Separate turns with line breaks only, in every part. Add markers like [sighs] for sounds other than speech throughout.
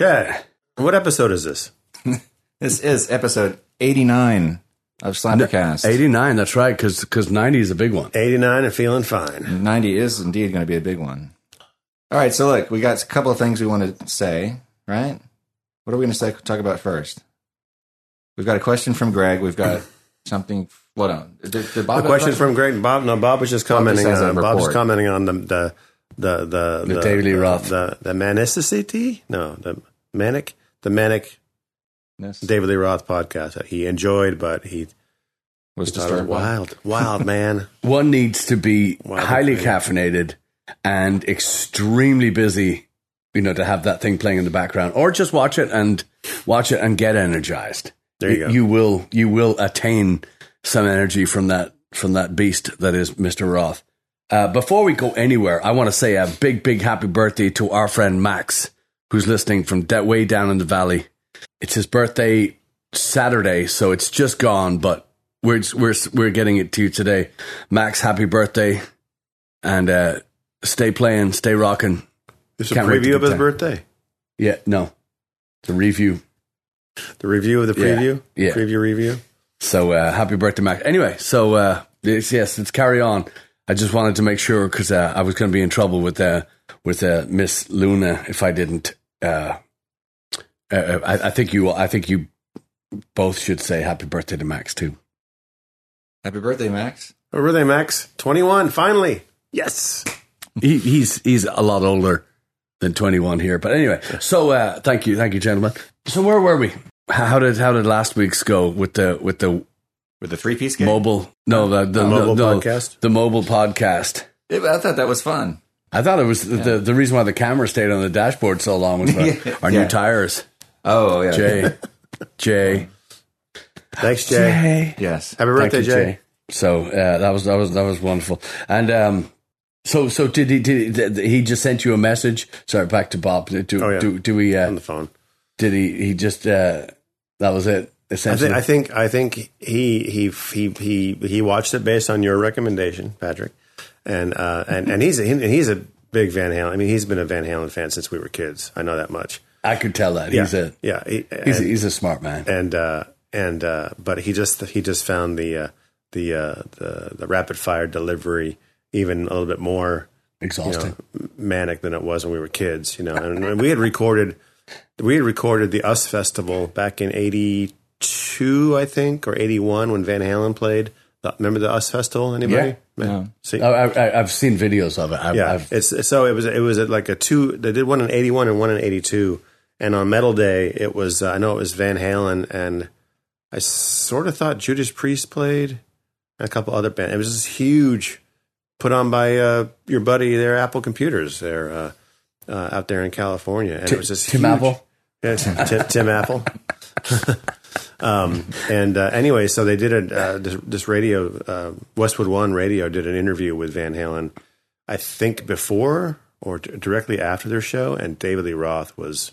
Chad, what episode is this?
This is episode 89 of Slendercast.
89, that's right, because 90 is a big one.
89 and feeling fine.
90 is indeed going to be a big one. All right, so look, we got a couple of things we want to say, right? What are we going to say, talk about first? We've got a question from Greg.
[clears throat]
We've got something. What on? Did, did Bob
A
have a
question from Greg and Bob. No, Bob was just commenting.
has a
on, Bob was
report.
commenting on the the the the,
The daily rough.
the the manicity. No, the manic the manic
Yes.
David Lee Roth podcast that he enjoyed, but he
was
thought it was
disturbed. by-
wild,
[laughs]
wild man.
One needs to be
Wow,
highly
okay.
caffeinated and extremely busy, you know, to have that thing playing in the background, or just watch it and watch it and get energized.
There you
Y-
go.
You will you will attain some energy from that from that beast that is Mr. Roth. Uh, before we go anywhere, I want to say a big, big happy birthday to our friend Max, who's listening from de- way down in the valley. It's his birthday Saturday, so it's just gone, but we're we're we're getting it to you today. Max, happy birthday, and uh, stay playing, stay rocking.
It's a
Can't wait to
preview of
get
his
there.
birthday.
Yeah, no, the review.
The review of the
Yeah,
preview.
yeah.
Preview review.
So uh, happy birthday, Max. Anyway, so uh, it's, yes, let's carry on. I just wanted to make sure because uh, I was going to be in trouble with uh, with uh, Miss Luna if I didn't. Uh, uh, I, I think you. I think you both should say happy birthday to Max too.
Happy birthday, Max.
Where were they, Oh, Max? Twenty one. Finally. Yes.
he, he's he's a lot older than 21 here. But anyway, so uh, thank you, thank you, gentlemen. So where were we? How did how did last week's go with the with the
With the three piece game?
mobile? No, the, the
Mobile
no,
podcast?
The mobile podcast.
It- I thought that was fun.
I thought it was the, the, the reason why the camera stayed on the dashboard so
[laughs]
long was for
Yeah.
our
Yeah.
new tires.
Oh, yeah.
Jay, Jay,
Thanks, Jay.
Yes.
Happy
Thank
birthday,
you,
Jay.
Jay. So uh, that was that was that was wonderful. And um, so so did he did he, did he just sent you a message? Sorry, back to Bob. Do
Oh, yeah.
do, do we? Uh,
On the phone.
did he he just uh that was it
I
essentially
think, I think I think he he he he he watched it based on your recommendation, Patrick, and uh, and and he's a, he- he's a big Van Halen. I mean, he's been a Van Halen fan since we were kids. I know that much.
I, could tell that he's a
yeah. He,
he's a,
and
he's a smart man
and uh, and uh, but he just he just found the uh, the uh, the the rapid fire delivery even a little bit more you
exhausting
know, manic than it was when we were kids. You know, and we had recorded we had recorded the Us Festival back in '82, I think, or '81 when Van Halen played. The- Remember the Us Festival? Anybody?
Yeah.
See,
I, I, I've seen videos of it I,
yeah,
I've,
it's so it was it was at like a two. They did one in '81 and one in '82, and on Metal Day it was uh, I know it was Van Halen and I sort of thought Judas Priest played and a couple other bands. It was just huge, put on by uh, your buddy there, Apple Computers there uh, uh, out there in California, and it was just
Tim
huge.
Apple
Yeah, Tim, Tim Apple. um, and uh, anyway, so they did a uh, this, this radio uh, Westwood One Radio did an interview with Van Halen, I think before or d- directly after their show, and David Lee Roth was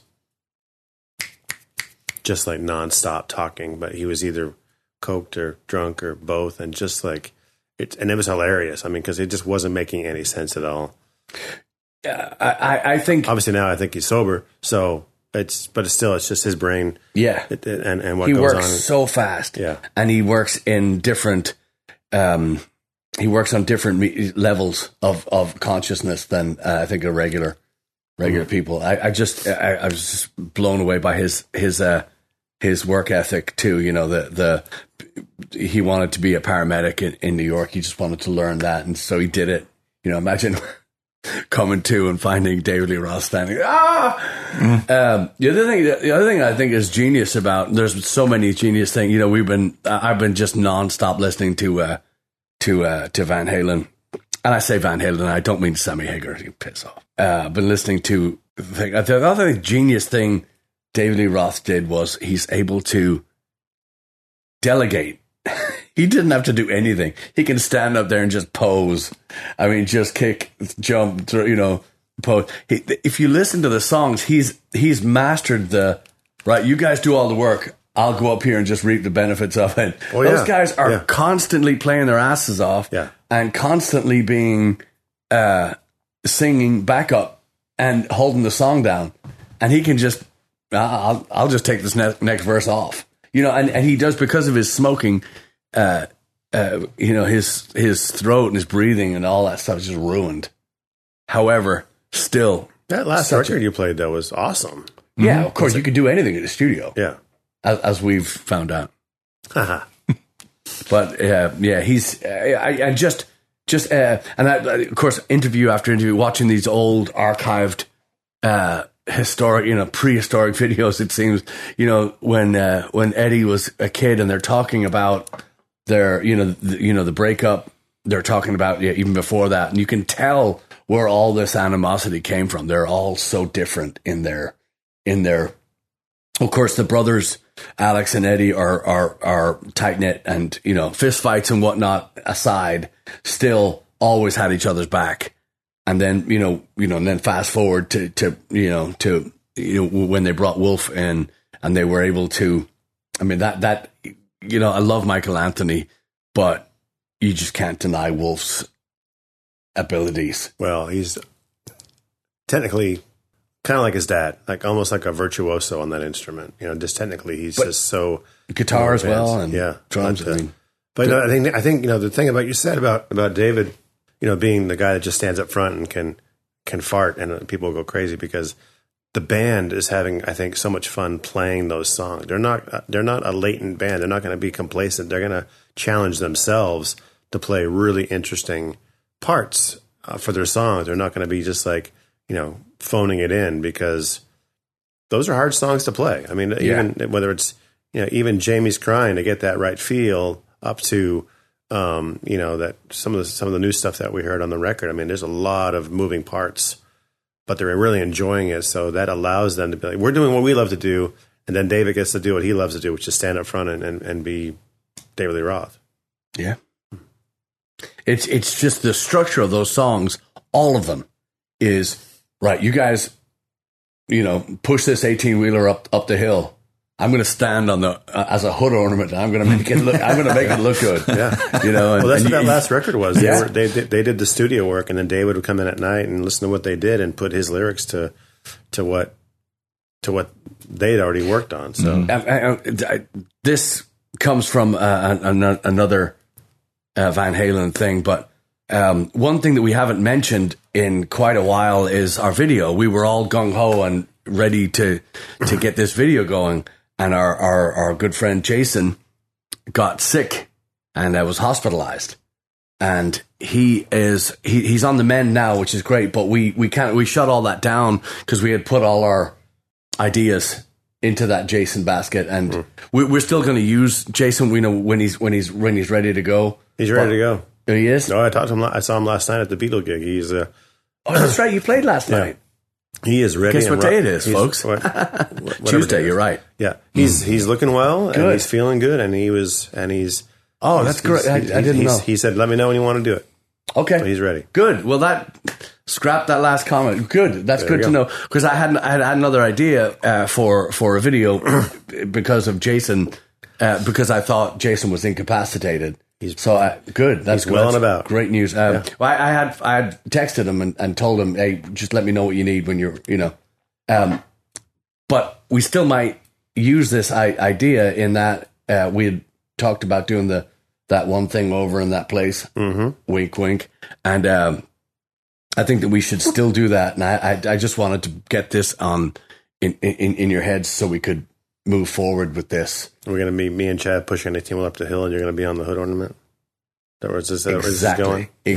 just like nonstop talking, but he was either coked or drunk or both, and just like it, and it was hilarious. I mean, because it just wasn't making any sense at all
yeah, I, I I think
obviously now I think he's sober. So it's but it's still it's just his brain
yeah
it, it- and and what
he
goes
works
on.
so fast
Yeah.
and he works in different um he works on different me- levels of of consciousness than uh, I think a regular regular people I, I just I, I was just blown away by his his uh his work ethic too you know the the he wanted to be a paramedic in, in New York he just wanted to learn that and so he did it you know imagine [laughs] coming to and finding David Lee Roth standing ah um, the other thing, the other thing I think is genius about there's so many genius things. You know, we've been I- I've been just nonstop listening to uh, to uh, to Van Halen, and I say Van Halen, I don't mean Sammy Hagar. You piss off. Uh, I've been listening to the thing. The other genius thing David Lee Roth did was he's able to delegate. [laughs] he didn't have to do anything. He can stand up there and just pose. I mean, just kick, jump, throw, you know, pose. He, if you listen to the songs, he's he's mastered the right. You guys do all the work. I'll go up here and just reap the benefits of it.
Oh,
Those
yeah.
guys are
Yeah.
constantly playing their asses off
Yeah.
and constantly being uh, singing backup and holding the song down, and he can just I'll, I'll just take this ne- next verse off. You know, and, and he does because of his smoking, uh, uh, you know, his, his throat and his breathing and all that stuff is just ruined. However, still,
That last
Such a-
record you played though was awesome.
yeah, of course, you could do anything in the studio,
Mm-hmm. Yeah.
as, as we've found out.
Haha.
But uh, yeah, he's uh, I, I just just uh, and I, of course interview after interview, watching these old archived uh, historic, you know, prehistoric [laughs] videos. It seems you know when uh, when Eddie was a kid, and they're talking about their you know the, you know the breakup. They're talking about yeah, even before that, and you can tell where all this animosity came from. They're all so different in their in their of course, the brothers Alex and Eddie are are are tight knit, and you know, fist fights and whatnot aside, still always had each other's back. And then you know, you know, and then fast forward to to you know to you know when they brought Wolf in, and they were able to. I mean that that you know, I love Michael Anthony, but you just can't deny Wolf's abilities.
Well, he's technically kind of like his dad, like almost like a virtuoso on that instrument. You know, just technically he's just so
Guitar as well,
advanced.
and
yeah,
drums.
but, uh,
I mean,
But no, I think I think you know the thing about you said about about David, you know, being the guy that just stands up front and can can fart and people go crazy because the band is having I think so much fun playing those songs. They're not they're not a latent band. They're not going to be complacent. They're going to challenge themselves to play really interesting parts uh, for their songs. They're not going to be just like you know phoning it in because those are hard songs to play. I mean, even whether it's you know even Jamie's crying to get that right feel up to um, you know that some of the some of the new stuff that we heard on the record. I mean, there's a lot of moving parts, but they're really enjoying it. So that allows them to be like, we're doing what we love to do, and then David gets to do what he loves to do, which is stand up front and and, and be David Lee Roth.
Yeah. It's it's just the structure of those songs, all of them is right, you guys you know, push this 18-wheeler up up the hill. I'm going to stand on the uh, as a hood ornament. and I'm going to make it look I'm going to make it look good.
[laughs] Yeah.
You know, and,
Well, that's
and
what that
you-
last record was. They,
Yeah.
were, they, they they did the studio work, and then David would come in at night and listen to what they did and put his lyrics to to what to what they'd already worked on. So
Mm-hmm. I- I- I- this comes from uh, an, an- another uh, Van Halen thing, but um, one thing that we haven't mentioned in quite a while is our video. We were all gung ho and ready to to get this video going, and our, our our good friend Jason got sick and uh, was hospitalized and he is he, he's on the mend now, which is great. But we we can't we shut all that down because we had put all our ideas into that Jason basket, and we, we're still going to use Jason. We know when he's when he's when he's ready to go.
he's ready to go.
He is.
No, I talked to him. la- I saw him last night at the Beatle gig. He's uh,
Oh, that's right. You played last night,
he is ready.
Guess
and
what
ro-
day it is,
he's-
folks? [laughs]
what- whatever day
Tuesday.
it
You're
is.
right.
Yeah, he's he's looking well and
Good.
he's feeling good and he was and he's.
Oh, that's
he's-
great. I,
he's-
I didn't
he's-
know.
He said, "Let me know when you want to do it."
okay,
But he's ready.
Good. Well, that scrap that last comment. Good. That's
There
good to
you go.
know because I had I had another idea uh, for for a video
[clears throat]
because of Jason uh, because I thought Jason was incapacitated. so I, good. That's good.
well
That's
and about.
Great news. Um, well, I, I had I had texted him and, and told him, hey, just let me know what you need when you're you know. Um, but we still might use this I- idea in that uh, we had talked about doing the that one thing over in that place. Mm-hmm. Wink, wink. And um, I think that we should still do that. And I, I, I just wanted to get this on in, in in your heads so we could move forward with this.
We're gonna be me and Chad pushing the team up the hill, and you're gonna be on the hood ornament. That was this. That was this is going.
Exactly.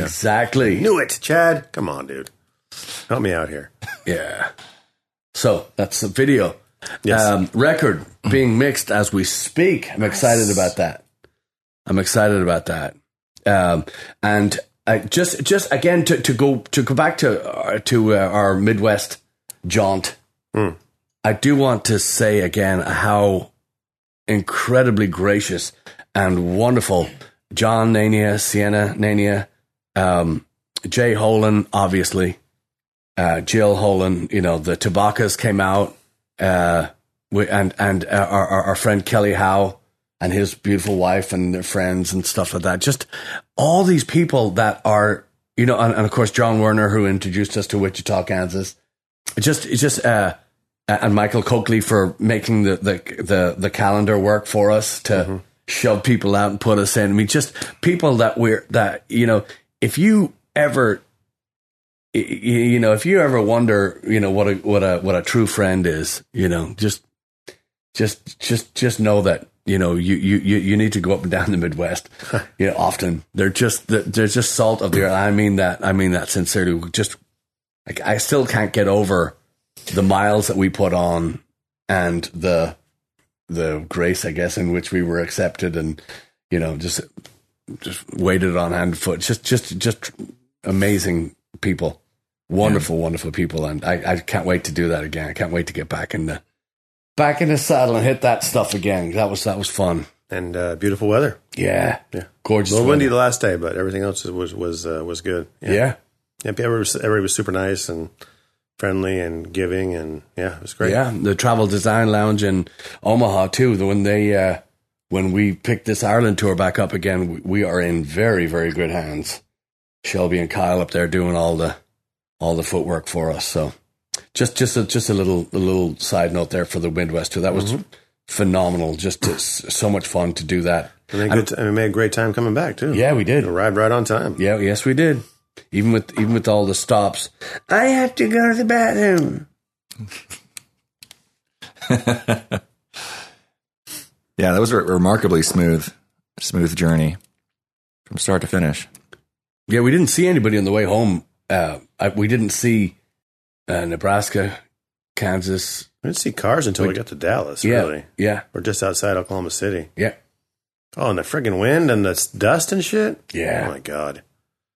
Exactly.
Knew it, Chad. Come on, dude. Help me out here.
Yeah. So that's the video.
Yes.
Um, record being mixed as we speak. I'm excited about that. I'm excited about that. Um, and I just, just again to, to go to go back to uh, to uh, our Midwest jaunt.
Hmm.
I do want to say again how incredibly gracious and wonderful John Nania, Sienna Nania, um, Jay Holan, obviously uh, Jill Holan, you know, the Tobaccas came out, uh, we, and and uh, our, our our friend Kelly Howe and his beautiful wife and their friends and stuff like that. Just all these people that are, you know, and, and of course John Werner who introduced us to Wichita, Kansas. It Just it's just uh, uh, and Michael Coakley for making the the the, the calendar work for us to shove people out and put us in. I mean, just people that we're that you know, if you ever y- y- you know, if you ever wonder, you know, what a what a what a true friend is, you know, just just just just know that you know you you you you need to go up and down the Midwest. you know, often they're just they're- they're just salt of the earth. I mean that I mean that sincerely. We Just like I still can't get over the miles that we put on and the the grace, I guess, in which we were accepted and you know just just waited on hand and foot. Just just just amazing people, wonderful, wonderful people, and I, I can't wait to do that again. I can't wait to get back in the back in the saddle and hit that stuff again. That was that was fun.
and uh, beautiful weather.
Yeah, yeah, gorgeous.
A little windy
weather.
the last day, but everything else was was uh, was good.
Yeah. yeah,
Yeah, everybody was, everybody was super nice and friendly and giving, and yeah, it was great.
The Travel Design Lounge in Omaha too. The when they uh, when we picked this Ireland tour back up again, we, we are in very very good hands. Shelby and Kyle up there doing all the all the footwork for us. So just just a, just a little a little side note there for the Midwest too. That was phenomenal. Just to, so much fun to do that.
And, they had good t- and we made a great time coming back too.
Yeah, we did.
arrived right on time.
Yeah, yes, we did. Even with even with all the stops, I have to go to the bathroom.
Yeah, that was a remarkably smooth, smooth journey from start to finish.
Yeah, we didn't see anybody on the way home. Uh, I, we didn't see uh, Nebraska, Kansas.
We didn't see cars until we got to Dallas,
yeah,
really.
yeah,
We're just outside Oklahoma City.
yeah,
Oh, and the friggin' wind and the s- dust and shit.
Yeah.
Oh my god.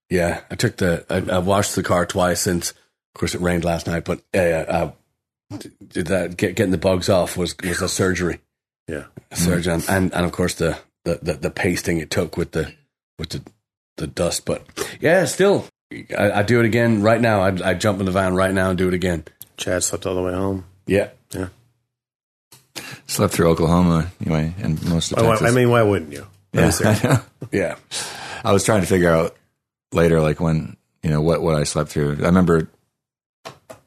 yeah. I took the I, I washed the car twice since. Of course, it rained last night, but uh, uh, did that get, getting the bugs off was was a surgery.
Yeah.
A surgery, and, and and of course the, the the the pasting it took with the with the the dust. But yeah, still, I, I do it again right now. I I jump in the van right now and do it again.
Chad slept all the way home.
Yeah.
Yeah.
Slept through Oklahoma anyway, and most of
Why- why-
Texas.
Oh, I mean, why wouldn't you?
yeah, I, know.
Yeah.
[laughs] I was trying to figure out later, like when you know what what I slept through. I remember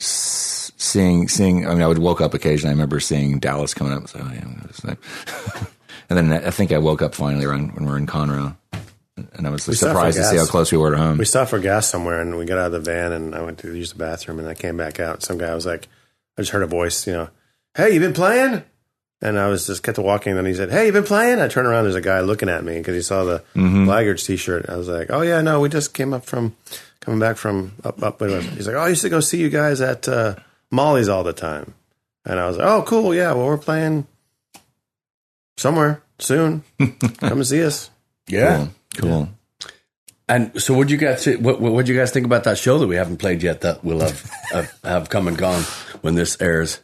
s- seeing seeing. I mean, I would woke up occasionally. I remember seeing Dallas coming up. So yeah, it was like, [laughs] and then I think I woke up finally around when we were in Conroe, and I was
saw
surprised to see how
Fergus.
close we were to home.
We stopped for gas somewhere and we got out of the van and I went to use the bathroom and I came back out. Some guy was like, I just heard a voice, you know, hey, you been playing? And I was just kept walking. And then he said, hey, you been playing? I turned around. There's a guy looking at me because he saw the Blackguards t shirt. I was like, oh, yeah, no, we just came up from, coming back from up, up. with us." He's like, oh, I used to go see you guys at uh, Molly's all the time. And I was like, oh, cool. Yeah, well, we're playing somewhere soon. Come and see us.
Yeah.
cool. cool.
And so, what do you guys what what do you guys think about that show that we haven't played yet that will
[laughs]
have have, have come and gone when this airs?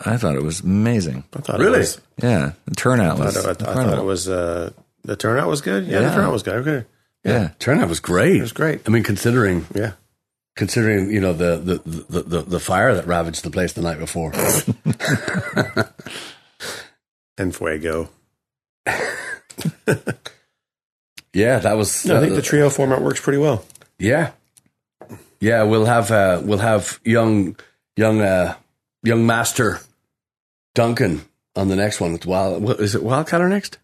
I thought it was amazing.
I thought
Really?
it was
Yeah, the turnout
I
was
thought, I thought- I
incredible.
thought it was uh, the turnout was good. Yeah,
Yeah.
the turnout was good. Okay,
yeah.
Turnout was great.
it was great.
I mean, considering
Yeah,
considering you know the the the, the, the fire that ravaged the place the
[laughs]
night before.
and Fuego.
yeah, that was. uh,
No, I think the trio format works pretty well.
yeah, yeah. We'll have uh, we'll have young young uh, young master Duncan on the next one. It's Wild what, is it Wildcatter next?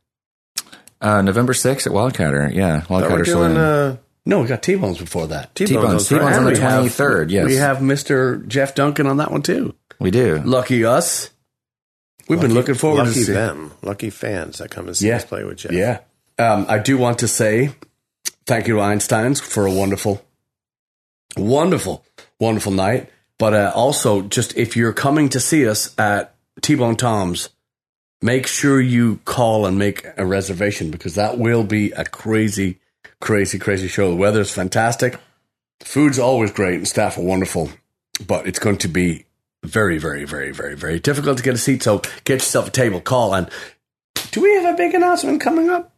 Uh, November 6th at Wildcatter. Yeah,
But we're
Wildcatter
doing
Saloon.
uh,
No, we got T Bones before that.
T-bones,
T-Bones.
on
T-Bones on
Friday.
the
We have-
23rd, yes.
we have Mr. Jeff Duncan on that one too.
we do.
Lucky us. We've been looking forward
Lucky
to see.
them, lucky fans that come and see
Yeah.
us play with Jeff.
Yeah. Um, I do want to say thank you to Einsteins for a wonderful, wonderful, wonderful night. But uh, also, just if you're coming to see us at T Bone Tom's, make sure you call and make a reservation because that will be a crazy, crazy, crazy show. The weather's fantastic. Food's always great and staff are wonderful, but it's going to be very, very, very, very, very difficult to get a seat. So get yourself a table, call, and do we have a big announcement coming up?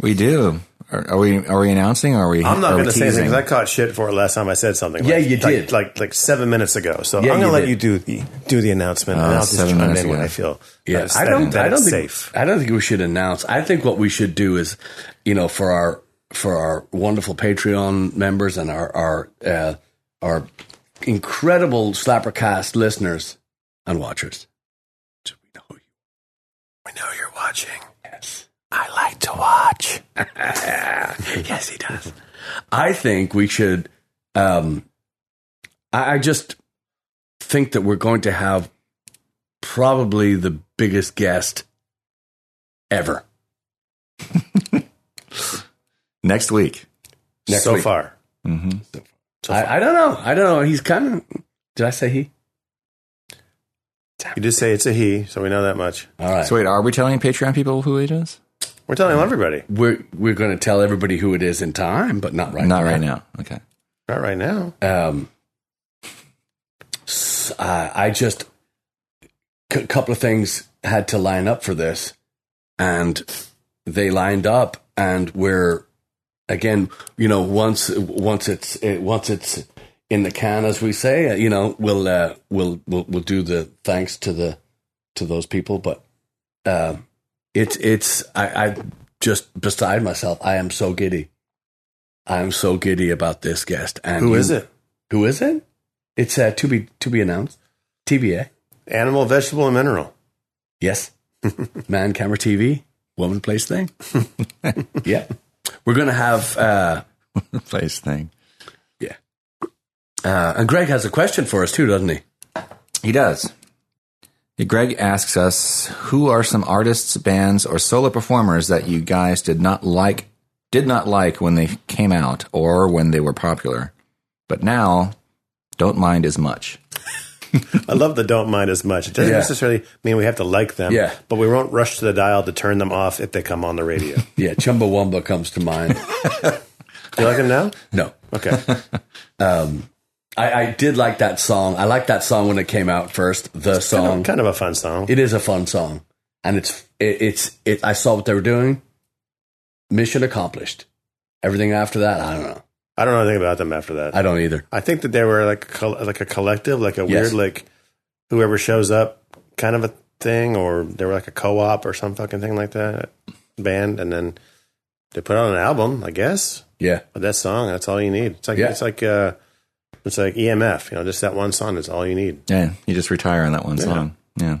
We do. Are, are we Are we announcing? Or are we?
I'm not
are we
going to say anything
teasing?
because I caught shit for it last time I said something.
Yeah,
like,
you
like-
did.
like like, seven minutes ago. So
Yeah,
I'm going
you
to let
did. Uh,
you do the do the announcement, and I'll just
seven
chime in
minutes
when
ago.
I feel. that it's-
I
that-
don't.
that
I don't
it's
think.
safe.
I don't think we should announce. I think what we should do is, you know, for our for our wonderful Patreon members and our our uh, our incredible Slappercast listeners. and watchers. Do we know you?
We know you're watching.
Yes.
I like to watch. [laughs] yes, he does.
I think we should. Um, I, I just think that we're going to have probably the biggest guest ever.
Next week.
Next
so
week.
far.
hmm
I, I don't know. I don't know. He's kind of. Did I say he?
You did say it's a he, so we know that much.
All right.
So wait, are we telling Patreon people who it is?
We're telling everybody.
we're we're going to tell everybody who it is in time, but not right.
Not
now.
right now. Okay. [laughs]
Not right now.
Um, s- uh, I just a couple of things had to line up for this, and they lined up, and we're again, you know, once once it's it, once it's in the can, as we say, uh, you know, we'll uh, we'll we'll we'll do the thanks to the to those people, but uh, it's it's I, I just beside myself. I am so giddy. I am so giddy about this guest. And
Who
you-
is it?
who is it? It's uh, to be to be announced. TBA.
Animal, vegetable, and mineral.
Yes. [laughs] Man, camera, TV, woman, place, thing. [laughs] yeah. We're gonna have. Uh,
Place thing.
uh, and Greg has a question for us too, doesn't he?
He does. Yeah, Greg asks us, who are some artists, bands, or solo performers that you guys did not like did not like when they came out or when they were popular, but now don't mind as much.
I love the don't mind as much. It doesn't
Yeah.
necessarily mean we have to like them,
Yeah.
but we won't rush to the dial to turn them off if they come on the radio.
Yeah, Chumbawamba comes to mind.
Do you like them now?
No,
Okay.
I, I did like that song. I liked that song when it came out first. The song.
kind of a fun song.
It is a fun song, and it's it, it's it. I saw what they were doing. Mission accomplished. Everything after that, I don't know.
I don't know anything about them after that.
I don't either.
I think that they were like a col- like a collective, like a
Yes.
weird like whoever shows up kind of a thing, or they were like a co-op or some fucking thing like that band, and then they put out an album, I guess.
Yeah.
But that song, that's all you need. It's like
Yeah.
it's like uh, it's like EMF, you know, just that one song is all you need.
Yeah, you just retire on that one song. Yeah.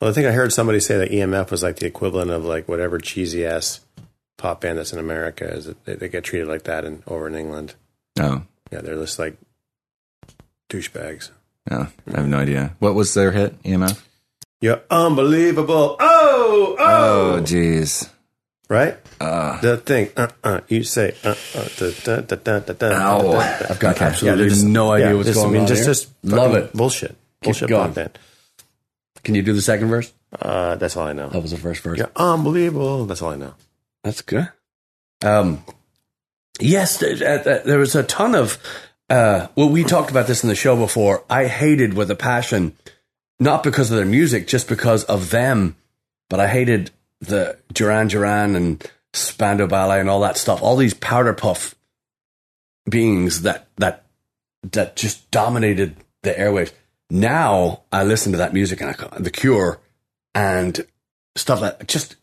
Well, I think I heard somebody say that EMF was like the equivalent of like whatever cheesy ass pop band that's in America is. That they, they get treated like that in over in England.
Oh.
Yeah, they're just like douchebags.
No, I have no idea. What was their hit, E EMF?
You're unbelievable. Oh, oh,
Oh, jeez.
right.
Ah.
Uh,
The thing. Uh, uh. You say. Uh, uh. Da, da, da, da, da, da,
Ow.
da, da, da.
I've got absolutely
there's-
no idea
Yeah,
what's
just-
going
I mean,
on.
just,
here.
just
Love
fucking
it.
bullshit. Bullshit
going.
content.
Can you do the second verse?
Uh, that's all I know.
That was the first verse.
You're unbelievable. That's all I know.
That's good. Um, yes, th- th- th- there was a ton of. Uh, well, we talked about this in the show before. I hated with a passion, not because of their music, just because of them. But I hated the Duran Duran and Spandau Ballet and all that stuff. All these powder puff beings that that that just dominated the airwaves. Now I listen to that music and I go, The Cure and stuff like just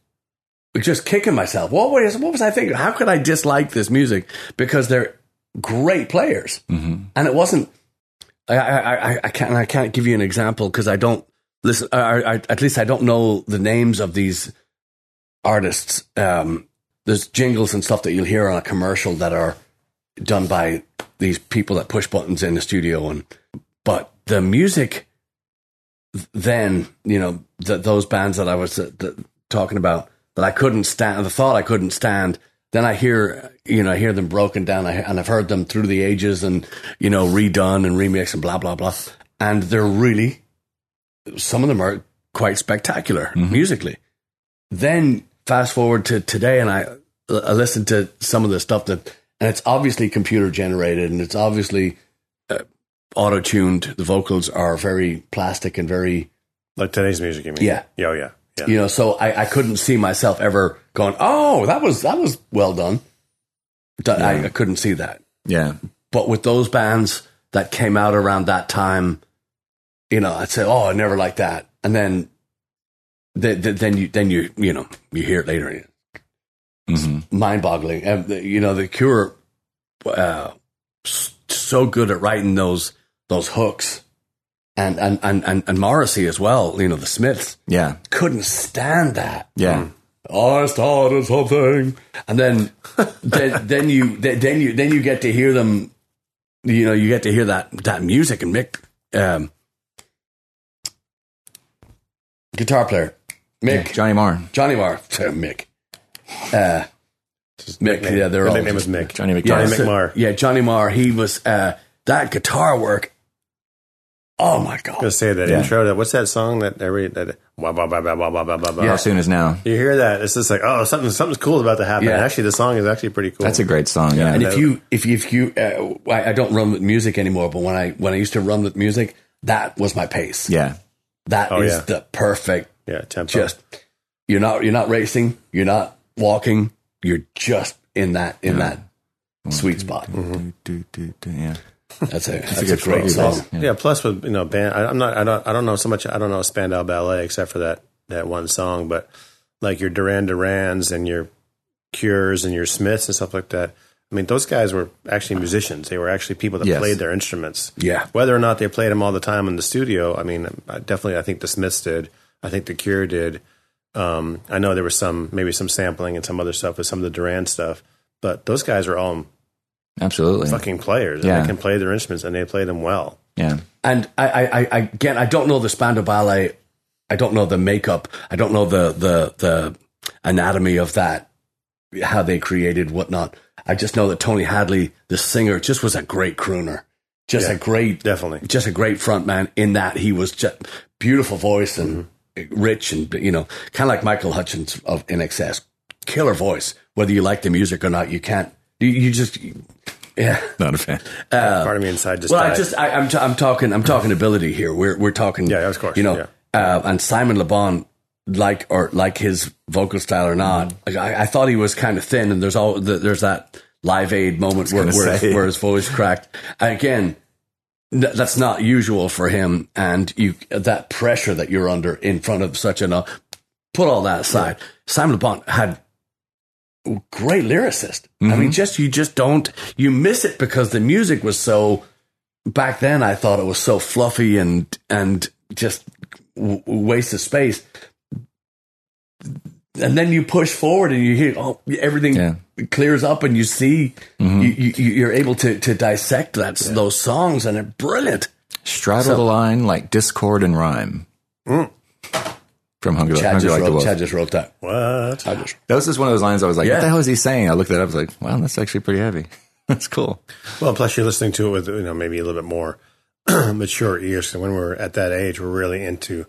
just kicking myself. What was what was I thinking? How could I dislike this music? Because they're great players, and it wasn't. I I I, I can't I can't give you an example because I don't listen. Or, I at least I don't know the names of these artists. Um, there's jingles and stuff that you'll hear on a commercial that are done by these people that push buttons in the studio, and but the music then you know th- those bands that I was uh, th- talking about that I couldn't stand the thought I couldn't stand then I hear you know I hear them broken down I, and I've heard them through the ages and you know redone and remixed and blah blah blah and they're really some of them are quite spectacular musically then fast forward to today and I, uh, I listened to some of the stuff that and it's obviously computer generated and it's obviously uh, auto tuned the vocals are very plastic and very
Like today's music, you mean?
Yeah.
Yeah. Oh, yeah. Yeah.
you know so I, I couldn't see myself ever going oh that was that was well done Done- I, I couldn't see that
yeah.
but with those bands that came out around that time you know i'd say oh i never liked that and then th- th- then you then you you know you hear it later and
hmm
mind boggling. And the- you know, the Cure, uh, s- so good at writing those those hooks and and and and, and Morrissey as well. You know, the Smiths
Yeah.
couldn't stand that. Mm.
Yeah.
I started something, and then [laughs] then, then you then, then you then you get to hear them. You know, you get to hear that that music and Mick, um, guitar player Mick
Johnny Marr.
Johnny Marr [laughs] Mick, uh, Mick. Yeah, they're
His
all
nickname was Mick.
Johnny McDonald.
yeah,
Johnny
so-
McMarr.
Yeah, Johnny Marr. He was uh, that guitar work. Oh my
I'm gonna
god!
say that
Yeah.
intro. That what's that song that every that wah, wah, wah, wah, wah, wah, wah, wah, wah.
How soon is now?
You hear that? It's just like oh, something something's cool about to happen.
Yeah.
And actually, the song is actually pretty cool.
That's a great song. Yeah.
And if you if you, if you uh, I, I don't run with music anymore, but when I when I used to run with music, that was my pace.
yeah.
That is
Oh, yeah.
the perfect.
yeah tempo.
Just you're not you're not racing. You're not walking. You're just in that in that sweet spot.
Do, do, do, do, yeah.
That's a that's a,
Mm-hmm. good
great
song.
song.
yeah. Plus, with you know, band. I, I'm not. I don't. I don't know so much. I don't know Spandau Ballet except for that that one song. But like your Duran Durans and your Cures and your Smiths and stuff like that. I mean, those guys were actually musicians. They were actually people that
Yes.
played their instruments.
Yeah.
Whether or not they played them all the time in the studio, I mean, I definitely, I think the Smiths did. I think the Cure did. Um, I know there was some, maybe some sampling and some other stuff with some of the Duran stuff, but those guys are all
Absolutely.
fucking players. And
Yeah.
they can play their instruments and they play them well.
Yeah.
and I, I, I again, I don't know the Spandau Ballet. I don't know the makeup. I don't know the the the anatomy of that, how they created whatnot. I just know that Tony Hadley, the singer, just was a great crooner, just a great,
Definitely.
just a great front man. In that he was just beautiful voice and rich, and you know, kind of like Michael Hutchins of In Excess, killer voice. Whether you like the music or not, you can't. You, you just, yeah.
Not a fan.
Part of me inside just
Uh, Well,
died.
I just I, I'm t- I'm talking I'm talking ability here. We're we're talking
Yeah, of course,
You know,
yeah.
uh, and Simon Le Bon, like or like his vocal style or not,
Mm-hmm.
like, I, I thought he was kind of thin. And there's all the, there's that Live Aid moment where
gonna
where,
say.
where his voice cracked And again. th- That's not usual for him, and you that pressure that you're under in front of such an uh, put all that aside. Simon Le Bon had great lyricist. I
Mm-hmm.
mean, just you just don't you miss it because the music was so. Back then, I thought it was so fluffy and and just w- w- waste of space. And then you push forward and you hear oh everything
Yeah. Mm-hmm.
clears up and you see you, you you're able to to dissect that those songs and they're brilliant.
Straddle the line like discord and rhyme.
Mm.
From Hunger,
Chad
Hunger
just,
Like the
wrote,
Wolf.
Chad just wrote that.
what?
I just
That was just one of those lines I was like,
Yeah.
what the hell is he saying? I looked that up. I was like, wow, that's actually pretty heavy. [laughs] that's cool.
Well, plus you're listening to it with you know maybe a little bit more [clears throat] mature ears. 'cause when we were at that age, we're really into.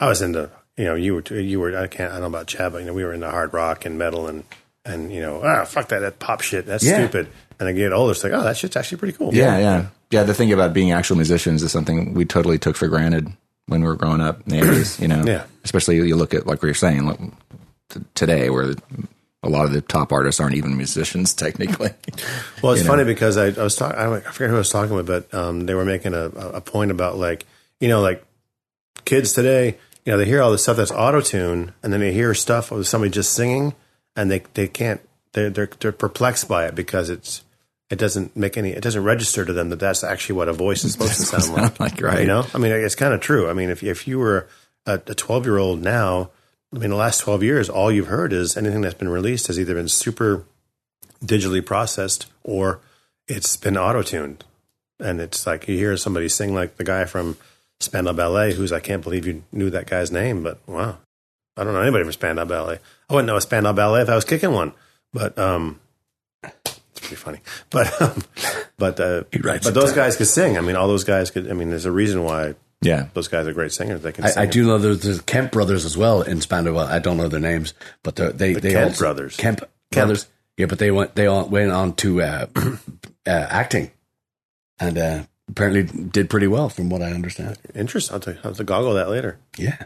I was into you know you were too, you were I can't I don't know about Chad, but you know we were into hard rock and metal and and you know ah fuck that that pop shit that's
Yeah.
stupid. And I get older, it's like oh that shit's actually pretty cool.
Yeah, yeah. Yeah, the thing about being actual musicians is something we totally took for granted when we were growing up in the 80s, you know?
Yeah.
Especially you look at, like we were saying, like, t- today where a lot of the top artists aren't even
[laughs]
musicians [laughs] technically.
Well, it's funny because I, I was talking. I forget who I was talking with, but um, they were making a, a point about like you know like kids today. You know, they hear all this stuff that's auto tune, and then they hear stuff of somebody just singing, and they they can't. They're they're, they're perplexed by it because it's it doesn't make any. It doesn't register to them that that's actually what a voice is supposed to sound like.
[laughs] like, right.
You know, I mean, it's kind of true. I mean, if if you were a twelve year old now, I mean, the last twelve years, all you've heard is anything that's been released has either been super digitally processed or it's been auto tuned. And it's like you hear somebody sing like the guy from Spandau Ballet, who's I can't believe you knew that guy's name, but wow, I don't know anybody from Spandau Ballet. I wouldn't know a Spandau Ballet if I was kicking one, but um, it's pretty funny. [laughs] But um, but uh,
[laughs] He writes
but
it
those
down.
guys could sing. I mean, all those guys could. I mean, there's a reason why
Yeah.
those guys are great singers. They can. sing
I, I do know there's the Kemp brothers as well in Spandau. I don't know their names, but they're- they they
Kemp
also-
brothers.
Kemp, brothers. Yeah, but they went they all went on to uh, [clears throat] uh, acting, and uh, apparently did pretty well from what I understand.
Interest. I'll have, to, I'll have to goggle that later.
Yeah.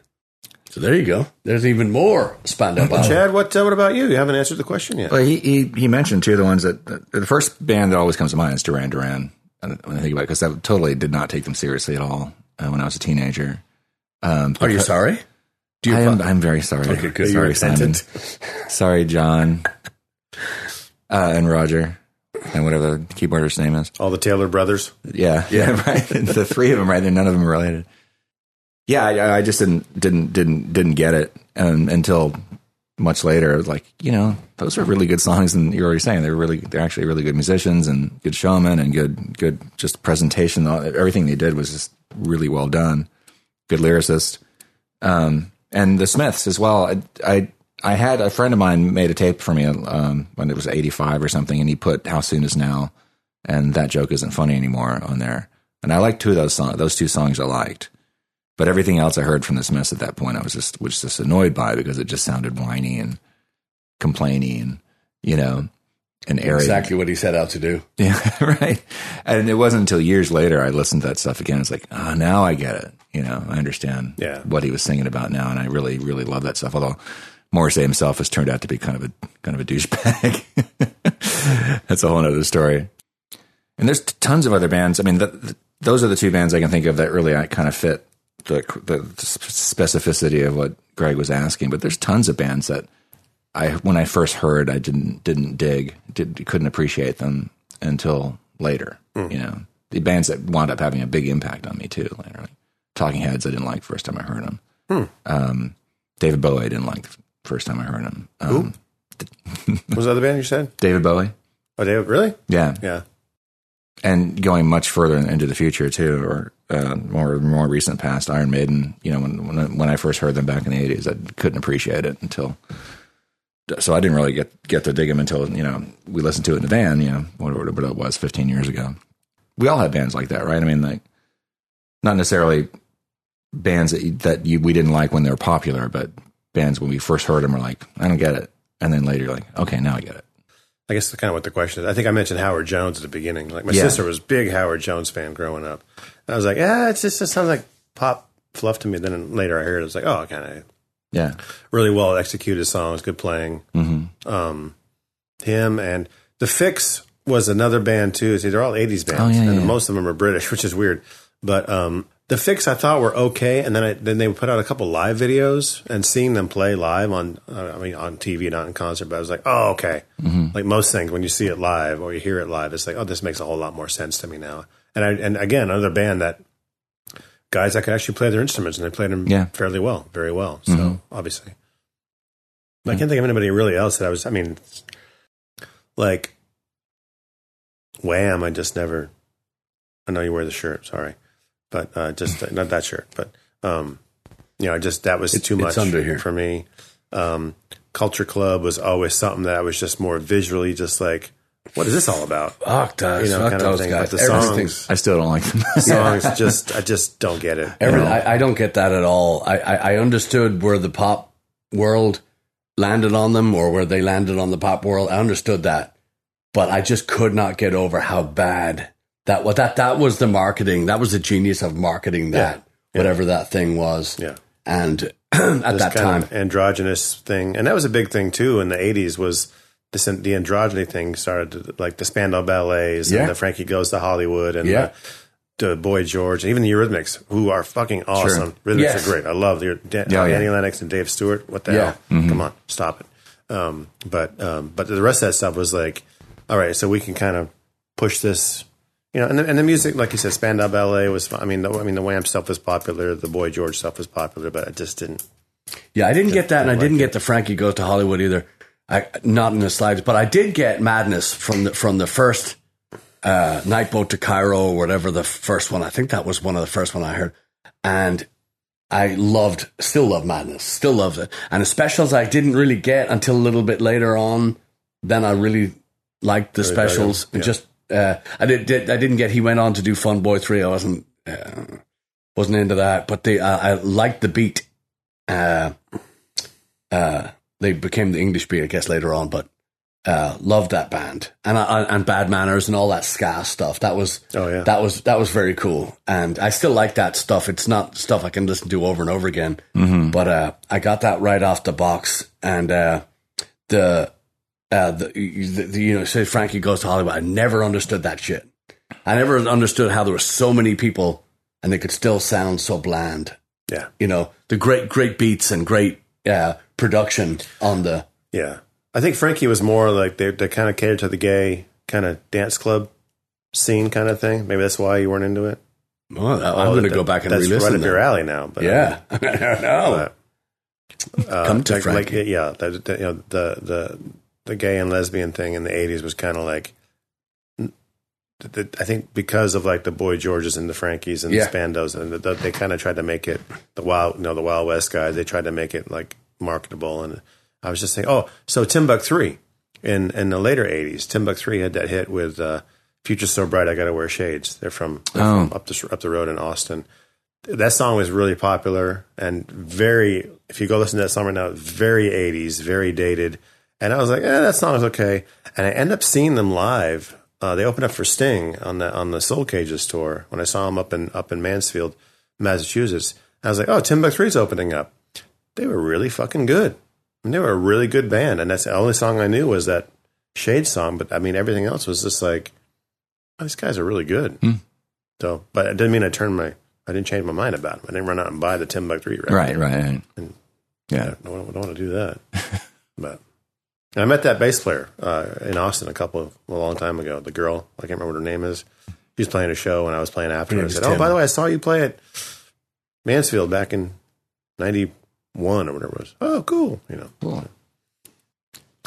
So there you go. There's even more Spandau Ballet.
Chad, what uh, what about you? You haven't answered the question yet.
Well, he, he, he mentioned two of the ones that the first band that always comes to mind is Duran Duran. uh, When I think about it, because I totally did not take them seriously at all uh, when I was a teenager. Um,
Are you sorry? Do you?
I am, I'm very sorry.
Okay, good.
Sorry,
You're
Simon. sorry, John. Uh, and Roger. And whatever the keyboardist's name is.
All the Taylor brothers.
[laughs] Yeah. Yeah, right. the three of them, right? there, none of them are related. yeah, I, I just didn't didn't didn't didn't get it um, until much later. I was like, you know, those are really good songs, and you're already saying they're really they're actually really good musicians and good showmen and good good just presentation. All- Everything they did was just really well done. Good lyricist, um, and the Smiths as well. I, I I had a friend of mine made a tape for me um, when it was '85 or something, and he put "How Soon Is Now." and that joke isn't funny anymore on there. And I liked two of those songs. Those two songs I liked, but everything else I heard from this mess at that point, I was just was just annoyed by because it just sounded whiny and complaining and you know and airy.
Exactly what he set out to do.
[laughs] Yeah, right. And it wasn't until years later I listened to that stuff again. It's like, oh, now I get it. You know, I understand
Yeah.
what he was singing about now, and I really, really love that stuff. Although Morrissey himself has turned out to be kind of a kind of a douchebag. [laughs] That's a whole other story. And there's t- tons of other bands. I mean, th th those are the two bands I can think of that really uh, kind of fit the, the specificity of what Greg was asking. But there's tons of bands that I when I first heard, I didn't didn't dig, did, couldn't appreciate them until later. You know, the bands that wound up having a big impact on me too later. Like Talking Heads, I didn't like first time I heard them. Um, David Bowie, I didn't like the first time I heard him. Um,
What was the other band you said?
David Bowie,
Oh, David, really?
yeah,
Yeah.
and going much further into the future too, or uh, more more recent past, Iron Maiden. You know, when when I, when I first heard them back in the eighties, I couldn't appreciate it until. So I didn't really get get to dig them until you know we listened to it in the van. You know, whatever, whatever it was, fifteen years ago. We all have bands like that, right? I mean, like not necessarily bands that you, that you, we didn't like when they were popular, but bands when we first heard them were like, I don't get it, and then later you're like, okay, now I get it.
I guess that's kind of what the question is. I think I mentioned Howard Jones at the beginning. Like my
Yeah.
sister was a big Howard Jones fan growing up. And I was like, yeah, it's just, it sounds like pop fluff to me. Then later I heard it, I was like, oh, kind of
Yeah,
really well executed songs, good playing.
hmm
Um, him and The Fix was another band too. See, they're all 80s bands,
Oh, yeah,
and
yeah.
most of them are British, which is weird. But um, The Fix I thought were okay, and then I, then they put out a couple live videos, and seeing them play live on, uh, I mean, on TV, not in concert, but I was like, oh, okay. Like most things, when you see it live or you hear it live, it's like, oh, this makes a whole lot more sense to me now. And I, and again, another band that guys that could actually play their instruments, and they played them
Yeah.
fairly well, very well. So
Mhm.
obviously, But I can't think of anybody really else that I was. I mean, like Wham! I just never. I know Oh, you wear the shirt. Sorry, but uh, just not that shirt. But um, you know, I just that was
It's-
too
it's
much
under here.
for me. Um, Culture Club was always something that I was just more visually, just like, what is this all about?
Fuck those,
You know,
fuck
kind of
those
thing,
guys.
but the
Everything-
songs-
I still don't like them.
Songs just, I just don't get it.
Every, I, I don't get that at all. I, I, I understood where the pop world landed on them or where they landed on the pop world. I understood that. But I just could not get over how bad that was. That, that was the marketing. That was the genius of marketing that, whatever that thing was.
Yeah.
And [clears throat] at that time,
kind of androgynous thing, and that was a big thing too in the '80s. Was this the androgyny thing started to, like the Spandau Ballets
Yeah.
and the Frankie Goes to Hollywood and
Yeah.
the, the Boy George and even the Eurythmics, who are fucking awesome. Rhythmics
Yes.
are great. I love the Dan, uh,
Yeah, yeah.
Danny Lennox and Dave Stewart. What the
Yeah. Mm-hmm.
hell? Come on, stop it. Um, but um, but the rest of that stuff was like, all right, so we can kind of push this. You know, and the, and the music, like you said, Spandau Ballet was. fu- I mean, the, I mean, the Wham stuff was popular. The Boy George stuff was popular, but it just didn't.
Yeah, I didn't get that, and I didn't get the Frankie Goes to Hollywood either. I not in the slides, but I did get Madness from the from the first uh, Night Boat to Cairo or whatever the first one. I think that was one of the first one I heard, and I loved, still love Madness, still loved it. And the specials I didn't really get until a little bit later on. Then I really liked the
dug 'em,
specials. and
yeah.
Just uh, I did, did I didn't get. He went on to do Fun Boy Three. I wasn't uh, wasn't into that, but they uh, I I liked the beat uh, uh, they became the English beat, I guess, later on. But uh, loved that band and I, I- and Bad Manners and all that ska stuff. That was
Oh, yeah.
that was that was very cool, and I still like that stuff. It's not stuff I can listen to over and over again, but uh, I got that right off the box, and uh, the. Uh, the, the, the you know say Frankie goes to Hollywood. I never understood that shit. I never understood how there were so many people and they could still sound so bland
Yeah.
you know the great great beats and great uh, production on the
Yeah. I think Frankie was more like they, they kind of catered to the gay kind of dance club scene kind of thing. Maybe that's why you weren't into it.
Well, I- I'm going to
that-
go back and
that's
re-listen.
right up
then.
your alley now. But
yeah, [laughs] I don't know.
uh,
Oh. Come to
like, like,
Frankie.
yeah, the, the, you know, the the the gay and lesbian thing in the '80s was kind of like. the- the- I think because of like the Boy Georges and the Frankies and
Yeah.
the Spandos and the, the, they kind of tried to make it the wild, you know, the Wild West guys. They tried to make it like marketable. And I was just saying, oh, so Timbuk3 in in the later '80s, Timbuk3 had that hit with uh, "Future So Bright, I Got to Wear Shades." They're from, they're
Oh.
from up the up the road in Austin, that song was really popular and very if you go listen to that song right now very 80s very dated and i was like eh, that song is okay and i end up seeing them live uh, they opened up for sting on the on the soul cages tour when i saw them up in up in mansfield massachusetts i was like oh timbuktu's opening up they were really fucking good and they were a really good band and that's the only song i knew was that shade song but i mean everything else was just like oh, these guys are really good so, but it didn't mean I turned my, I didn't change my mind about him. I didn't run out and buy the 10 buck three record.
[laughs] Right, right, right.
And- I
Yeah.
don't, I don't want to do that. but and I met that bass player uh, in Austin a couple of, a long time ago. The girl, I can't remember what her name is. She was playing a show and I was playing after her. I
name is
said, Oh,
Tim.
by the way, I saw you play at Mansfield back in 91 or whatever it was. Oh, cool. You know,
Cool.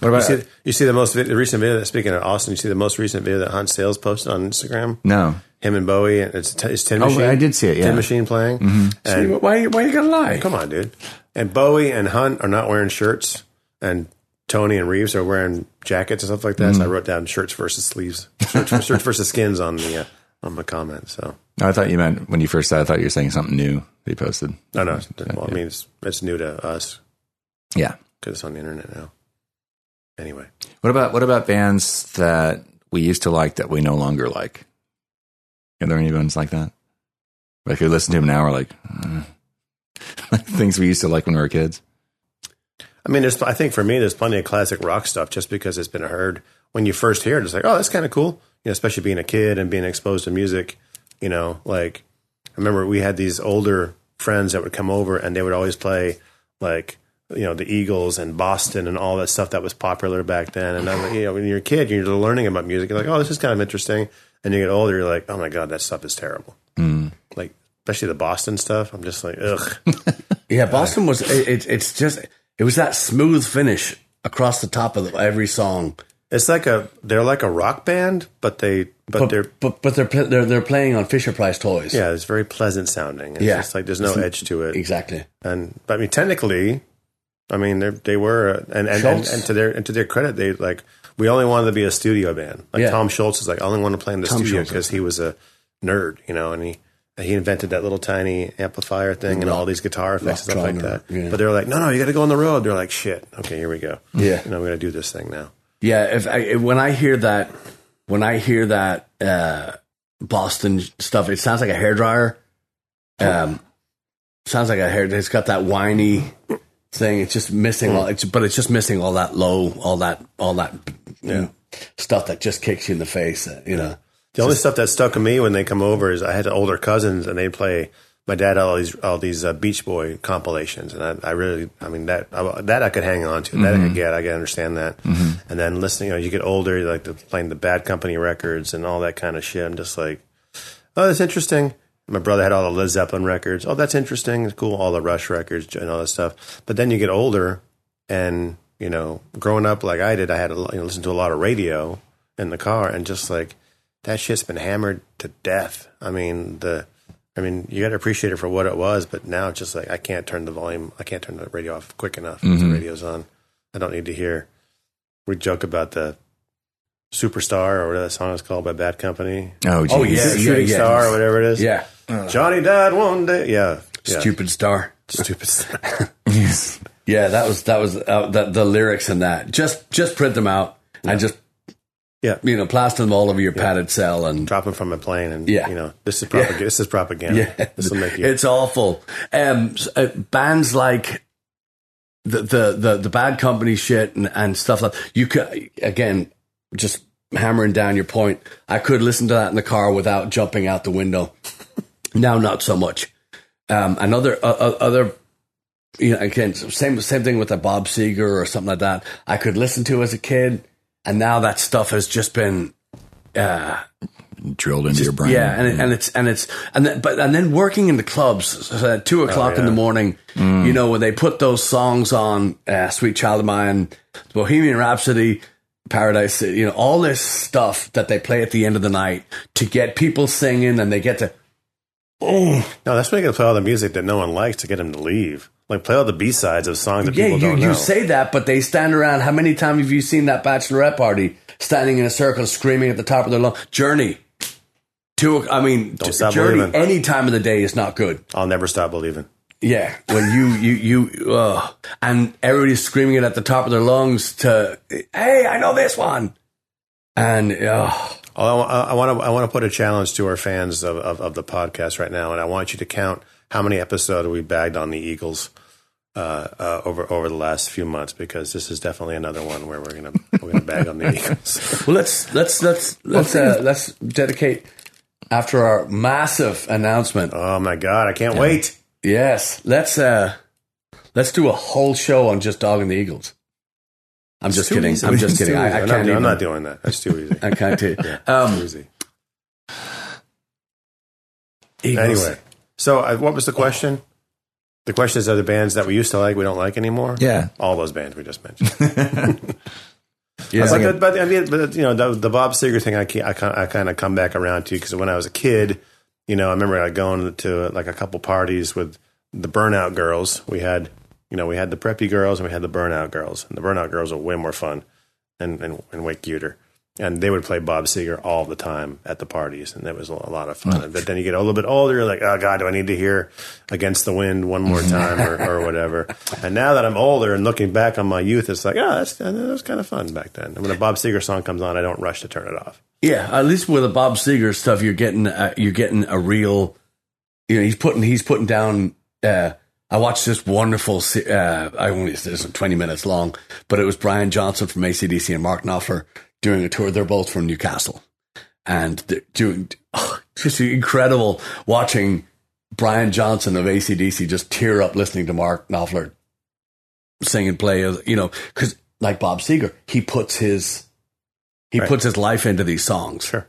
What about
you see, you see the most vid- the recent video that speaking of Austin, you see the most recent video that Hunt Sales posted on Instagram,
no?
him and Bowie. and It's, t- it's Tin
Oh,
Machine.
I did see Mm-hmm. it, yeah.
Tin Machine playing.
See,
And
why, why you got to lie?
Come on, dude. And Bowie and Hunt are not wearing shirts, and Tony and Reeves are wearing jackets and stuff like that.
Mm.
So I wrote down shirts versus sleeves, shirts, [laughs] shirts versus skins on the uh, on the comment. So
No, I thought you meant when you first said. I thought you were saying something new that you posted.
no, no. Well, I mean, it's, it's new to us
Yeah.
because it's on the internet now. Anyway,
What about what about bands that we used to like that we no longer like? Are there any bands like that? Like we listen to them now, we're like uh, [laughs] things we used to like when we were kids.
I mean, there's I think for me, there's plenty of classic rock stuff just because it's been heard when you first hear it. It's like, oh, that's kind of cool, you know, especially being a kid and being exposed to music. You know, like I remember we had these older friends that would come over and they would always play like you know the Eagles and Boston and all that stuff that was popular back then. And I'm like, you know, when you're a kid, you're learning about music. You're like, oh, this is kind of interesting. And you get older, you're like, oh my god, that stuff is terrible. Like especially the Boston stuff. I'm just like, ugh.
Yeah,
uh,
Boston was. It, it, it's just it was that smooth finish across the top of the, every song,
It's like a they're like a rock band, but they but,
but
they're
but, but they're pl- they're they're playing on Fisher Price toys.
yeah, it's very pleasant sounding. It's
Yeah.
just like there's no edge to it.
exactly.
And but I mean technically, I mean they they were uh, and and, and
Schultz.
and to their and to their credit they like we only wanted to be a studio band. Like
Yeah.
Tom Schultz is like I only want to play in the
Tom
studio
Schultz,
because he was a nerd, you know, and he he invented that little tiny amplifier thing and all these guitar effects and stuff
rock
like
genre,
that.
yeah.
But they were like, no, no, you got to go on the road. They're like, shit, okay, here we go.
Yeah.
you know, we're gonna do this thing now.
Yeah, if I, if- when I hear that, when I hear that uh, Boston stuff, it sounds like a hairdryer. Um, sounds like a hair. It's got that whiny thing. It's just missing all. It's, but it's just missing all that low, all that, all that you know, stuff that just kicks you in the face. uh, You know.
The only stuff that stuck with me when they come over is I had older cousins and they play. My dad had all these all these uh, Beach Boy compilations, and I, I really, I mean that I, that I could hang on to, that I could get, I could understand that. And then listening, you know, you get older, you like the, playing the Bad Company records and all that kind of shit. I'm just like, oh, that's interesting. My brother had all the Led Zeppelin records. Oh, that's interesting. It's cool. All the Rush records and all that stuff. But then you get older, and you know, growing up like I did, I had a, lo- you know, listened to a lot of radio in the car, and just like that shit's been hammered to death. I mean the. I mean, you got to appreciate it for what it was, but now it's just like I can't turn the volume, I can't turn the radio off quick enough. if
Mm-hmm.
The radio's on. I don't need to hear. We joke about the superstar or whatever that song is called by Bad Company.
Oh,
Oh,
geez.
yeah.
Shooting Star or whatever it is.
Yeah.
Johnny died one day. Yeah. yeah.
Stupid star.
Stupid.
Yes. [laughs]
Yeah, that was that was uh, the, the lyrics in that. Just just print them out and just
Yeah.
you know plaster them all over your padded cell and
Dropping from a plane and,
Yeah.
you know, this is propaganda. This is propaganda. [laughs]
yeah,
This will make you.
it's awful. Um, s- uh, bands like the, the the the bad company shit and, and stuff like you could again just hammering down your point. I could listen to that in the car without jumping out the window. [laughs] now, not so much. Um, another uh, uh, other. You know, again, same same thing with a Bob Seger or something like that. I could listen to as a kid, and now that stuff has just been
drilled into your brain.
Yeah, and, it- and it's and it's and then, but and then working in the clubs so at two
Oh,
o'clock in the morning,
Mm.
you know, when they put those songs on, uh, "Sweet Child of Mine," "Bohemian Rhapsody," "Paradise," City, you know, all this stuff that they play at the end of the night to get people singing, and they get to oh
No, that's when you got to play all the music that no one likes to get them to leave. Like play all the B sides of songs that
yeah,
people
you
don't
you
know.
say that, but they stand around. How many times have you seen that bachelorette party standing in a circle screaming at the top of their lungs? Journey. Two, o- I mean,
Don't stop
Journey.
believing.
Any time of the day is not good.
I'll never stop believing.
Yeah, when you you you uh, and everybody's screaming it at the top of their lungs to, "Hey, I know this one," and uh,
Oh, I want to I want to put a challenge to our fans of, of, of the podcast right now, and I want you to count how many episodes we bagged on the Eagles uh, uh, over over the last few months, because this is definitely another one where we're gonna we're gonna bag on
[laughs]
the Eagles.
well, let's let's let's let's uh, let's dedicate after our massive announcement.
Oh my god, I can't wait.
Yes, let's uh let's do a whole show on just dog and the Eagles. I'm just
too
kidding.
easy.
I'm just
It's
kidding.
too
I, I
I'm,
can't.
not,
even,
I'm not doing that. That's too easy.
I can't.
[laughs]
do it.
Too
[laughs] um,
easy.
Eagles.
Anyway, so uh, what was the question? The question is: Are the bands that we used to like we don't like anymore?
Yeah.
all those bands we just mentioned.
yeah.
But, the- but, I mean, but you know, the, the Bob Seger thing, I can't, I, can't, I kind of come back around to because when I was a kid, you know, I remember like, going to like a couple parties with the Burnout Girls. We had, you know, we had the Preppy Girls and we had the Burnout Girls, and the Burnout Girls were way more fun and and, and way cuter. And they would play Bob Seger all the time at the parties, and that was a lot of fun. But then you get a little bit older, you're like, oh god, do I need to hear "Against the Wind" one more time or, or whatever? And now that I'm older and looking back on my youth, it's like, oh, that's, that was kind of fun back then. And when a Bob Seger song comes on, I don't rush to turn it off.
Yeah, at least with the Bob Seger stuff, you're getting uh, you're getting a real, you know, he's putting he's putting down. Uh, I watched this wonderful. se- Uh, I only this isn't twenty minutes long, but it was Brian Johnson from ACDC and Mark Knopfler doing a tour. They're both from Newcastle, and they're doing oh, just incredible watching Brian Johnson of ACDC just tear up listening to Mark Knopfler sing and play. You know, because like Bob Seger, he puts his he
Right.
puts his life into these songs.
Sure.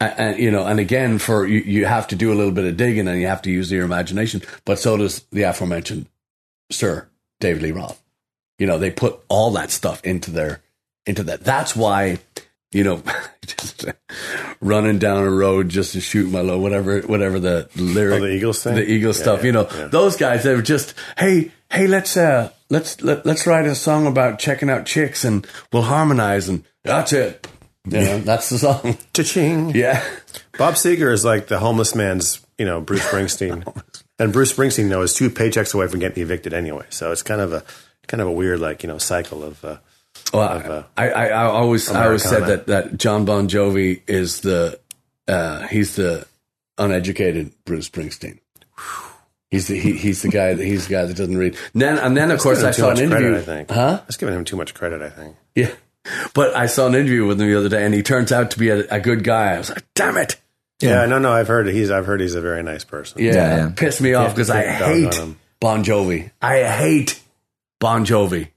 And, and you know, and again, for you, you have to do a little bit of digging and you have to use your imagination. But so does the aforementioned Sir David Lee Roth. You know, they put all that stuff into their into that. That's why, you know, [laughs] just running down a road just to shoot my load, whatever, whatever the lyric,
Oh, the Eagles thing?
the Eagles
Yeah,
stuff.
yeah,
you know,
yeah.
those guys they were just, hey, hey, let's uh, let's let, let's write a song about checking out chicks and we'll harmonize and that's it. You know, that's the song. [laughs]
Cha-ching.
Yeah.
Bob Seger is like the homeless man's, you know, Bruce Springsteen. and Bruce Springsteen, though, is two paychecks away from getting evicted anyway. So it's kind of a kind of a weird, like you know, cycle of. Uh,
Well, I, I, I always I always said
Americana.
that, that John Bon Jovi is the uh, he's the uneducated Bruce Springsteen. He's the he, he's the guy that he's the guy that doesn't read. Then and then of course I
too
saw an
much
interview.
credit, I think.
Huh?
That's giving him too much credit. I think.
Yeah. But I saw an interview with him the other day, and he turns out to be a, a good guy. I was like, damn it.
Yeah. no, no. I've heard he's. I've heard he's a very nice person.
Yeah.
Yeah.
Pissed me off because I
get down on
hate
him.
Bon Jovi. I hate Bon Jovi.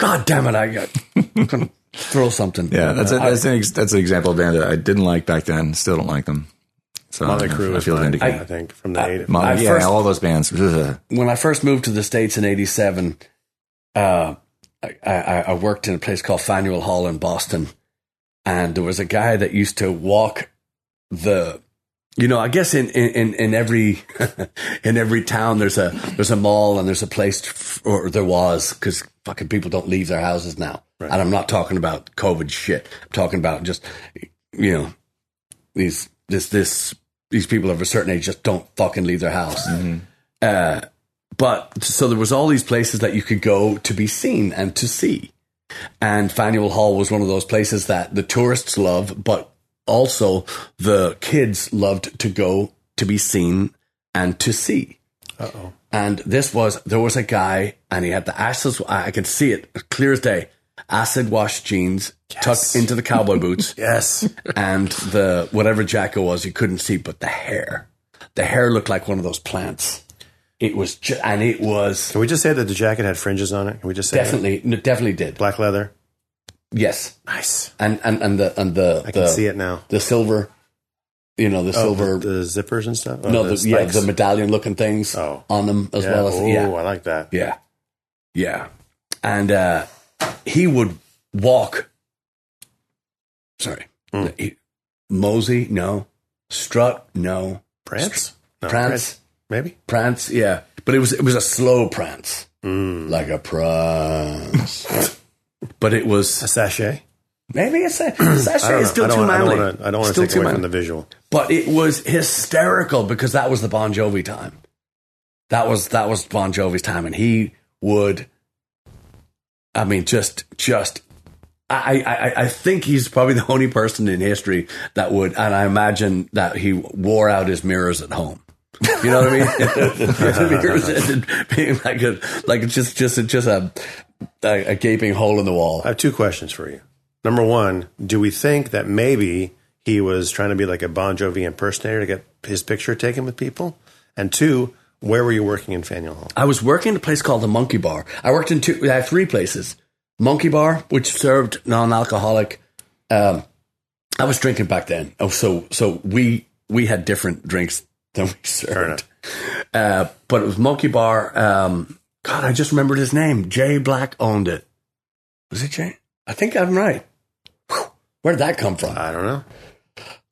God damn it. I [laughs] got I'm gonna throw something.
Yeah, that's a,
uh,
I-
that's an ex, that's an example of a band that I didn't like back then. Still don't like them.
Uh,
So
Motley
I-
Crue
I
is
feel
fine,
vindicated.
I think from the eight.
Motley-
I
yeah,
first-
all those bands. Ugh.
when I first moved to the states in '87, uh, I, I, I worked in a place called Faneuil Hall in Boston, and there was a guy that used to walk the. You know, I guess in, in, in, in every [laughs] in every town there's a there's a mall and there's a place f- or there was because fucking people don't leave their houses now, and I'm not talking about COVID shit. I'm talking about just you know these this this these people of a certain age just don't fucking leave their house. Uh, but so there was all these places that you could go to be seen and to see, and Faneuil Hall was one of those places that the tourists love, but also the kids loved to go to be seen and to see. And this was there was a guy, and he had the ashes. I I could see it clear as day. Acid wash jeans tucked into the cowboy boots
Yes,
and the whatever Jacko was, you couldn't see, but the hair. The hair looked like one of those plants. It was, ju- and it was
can we just say that the jacket had fringes on it? Can we just say that?
definitely, no, definitely did.
black leather?
Yes,
Nice.
and and and the and the
I
the,
can see it now.
the silver, you know, the
Oh,
silver.
the, the zippers and stuff. Oh,
no, the, yeah,
spikes.
the medallion looking things
Oh.
on them as
Yeah.
well as
oh,
yeah,
I like that.
Yeah. Yeah. And uh, he would walk. Sorry.
Mm.
He- Mosey, no. Strut, no.
Prance? No,
Prance.
Maybe.
Prance, yeah. But it was it was a slow prance.
Mm.
Like a prance. [laughs] but it
A
was
sachet.
maybe it's [clears throat] a sachet is still
I
too
don't, I
manly.
don't wanna- I don't want to
Still
take
too
away
manly.
from the visual.
But it was hysterical because that was the Bon Jovi time. That was that was Bon Jovi's time, and he would. I mean, just just. I, I, I- I think he's probably [laughs] the only person in history that would, and I imagine that he wore out his mirrors at home. You know what I mean? [laughs] The mirrors ended being like a, like just, just, just a, a, a gaping hole in the wall.
I have two questions for you. Number one, do we think that maybe he was trying to be like a Bon Jovi impersonator to get his picture taken with people? And two, where were you working in Faneuil Hall?
I was working at a place called the Monkey Bar. I worked in two, uh, three places: Monkey Bar, which served non-alcoholic. Um, I was drinking back then. Oh, so so we we had different drinks than we served. Uh, but it was Monkey Bar. Um, God, I just remembered his name. Jay Black owned it. Was it Jay? I think I'm right. Whew. Where did that come from?
I don't know.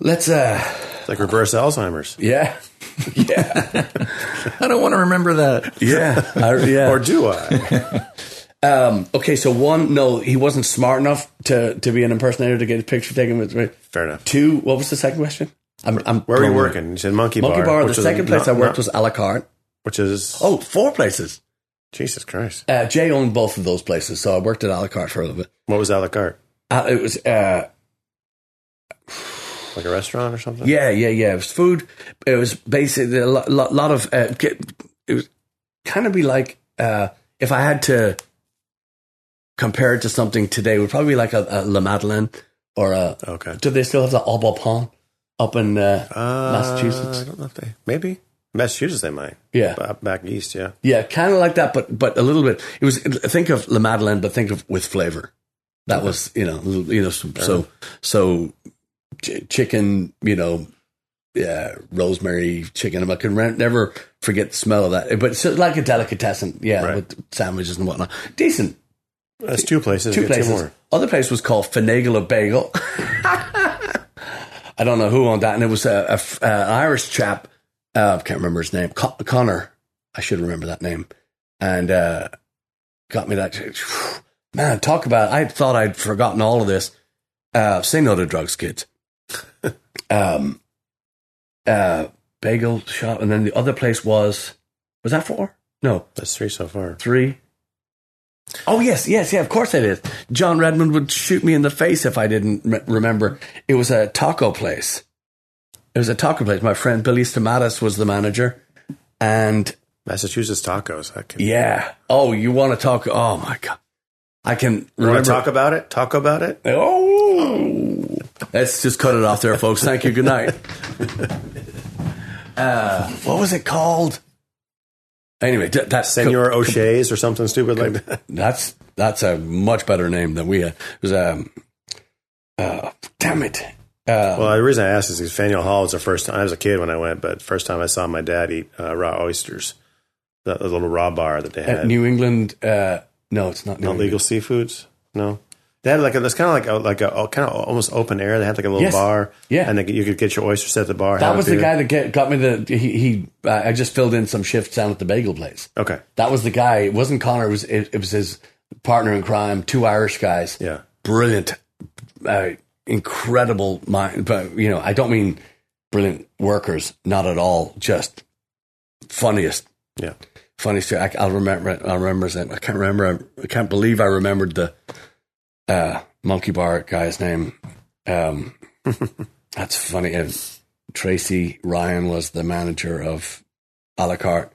Let's uh,
It's like reverse Alzheimer's.
yeah, [laughs] yeah,
[laughs] I don't want to remember that.
yeah, I,
[laughs]
yeah.
Or do
[laughs]
I?
Um, okay, so one, no, he wasn't smart enough to, to be an impersonator to get his picture taken with. Right.
Fair enough.
Two, what was the second question? I'm, I'm
Where were you
blanking.
working? You said Monkey Bar.
Monkey Bar.
which
the
is
second place
not-
I worked
not-
was a la carte.
Which is. Oh.
Oh, four places.
Jesus Christ.
Uh, Jay owned both of those places, so I worked at a la carte for a little bit.
What was a la carte?
Uh, it was, uh,
Like a restaurant or something?
yeah, yeah, yeah. It was food. It was basically a lot, lot, lot of, uh, get- it was kind of be like, uh, if I had to compare it to something today, it would probably be like a, a La Madeleine or a,
Okay.
Do they still have the Aubapon up in uh,
Uh,
Massachusetts?
I don't know if they. Maybe. Massachusetts, they might.
Yeah.
Ba- Back east, yeah.
Yeah, kind of like that, but but a little bit. It was think of La Madeleine, but think of with flavor. That was you know little- you know so so, so ch- chicken you know yeah rosemary chicken. I can re- never forget the smell of that, but it's like a delicatessen. Yeah,
Right.
with sandwiches and whatnot. Decent
That's two places.
two
Get
places.
more.
Other place was called Finagle of Bagel. [laughs] I don't know who owned that, and it was a, a f- uh, an Irish chap. Uh, I can't remember his name. Con- Connor, I should remember that name, and uh, got me that. [sighs] Man, talk about! I thought I'd forgotten all of this. Uh, say no to
[laughs]
drugs, kids. um, uh, bagel shop, and then the other place was was that four? No,
That's three so far.
three. Oh yes, yes, yeah. Of course it is. John Redmond would shoot me in the face if I didn't re- remember. It was a taco place. It was a taco place. My friend Billy Stamatis was the manager, and
Massachusetts tacos. I can,
yeah. Oh, you want to talk? Oh my god, I can
You
remember.
want to talk about it? Talk about it?
Oh, let's just cut it off there, folks. Thank you. Good
[laughs]
night. Uh, what was it called? Anyway, th- that's
Senor O'Shea's or something stupid like that.
That's that's a much better name than we had. It was um, uh, damn it. Uh,
Well, the reason I asked is because Faneuil Hall was the first time I was a kid when I went, but first time I saw my dad eat uh, raw oysters, that the little raw bar that they
at
had.
New England. Uh, no, it's not New
Not
England.
legal seafoods? No. They had like a, it's kind of like a, like a kind of almost open air. They had like a little
Yes.
bar,
Yeah.
and they, could- you could get your oysters set at the bar. have
That
a
was the
beer.
guy that get, got me the. He, he uh, I just filled in some shifts down at the bagel place.
Okay,
That was the guy. It wasn't Connor. It was it, it was his partner in crime. Two Irish guys.
yeah,
brilliant, uh, incredible mind. But you know, I don't mean brilliant workers, not at all. Just funniest,
yeah.
funniest. I, I'll remember. it- I'll remember that. I can't remember. I, can't believe I remembered the uh, monkey bar guy's name.
[laughs]
Um, that's funny. Uh, Tracy Ryan was the manager of a la carte.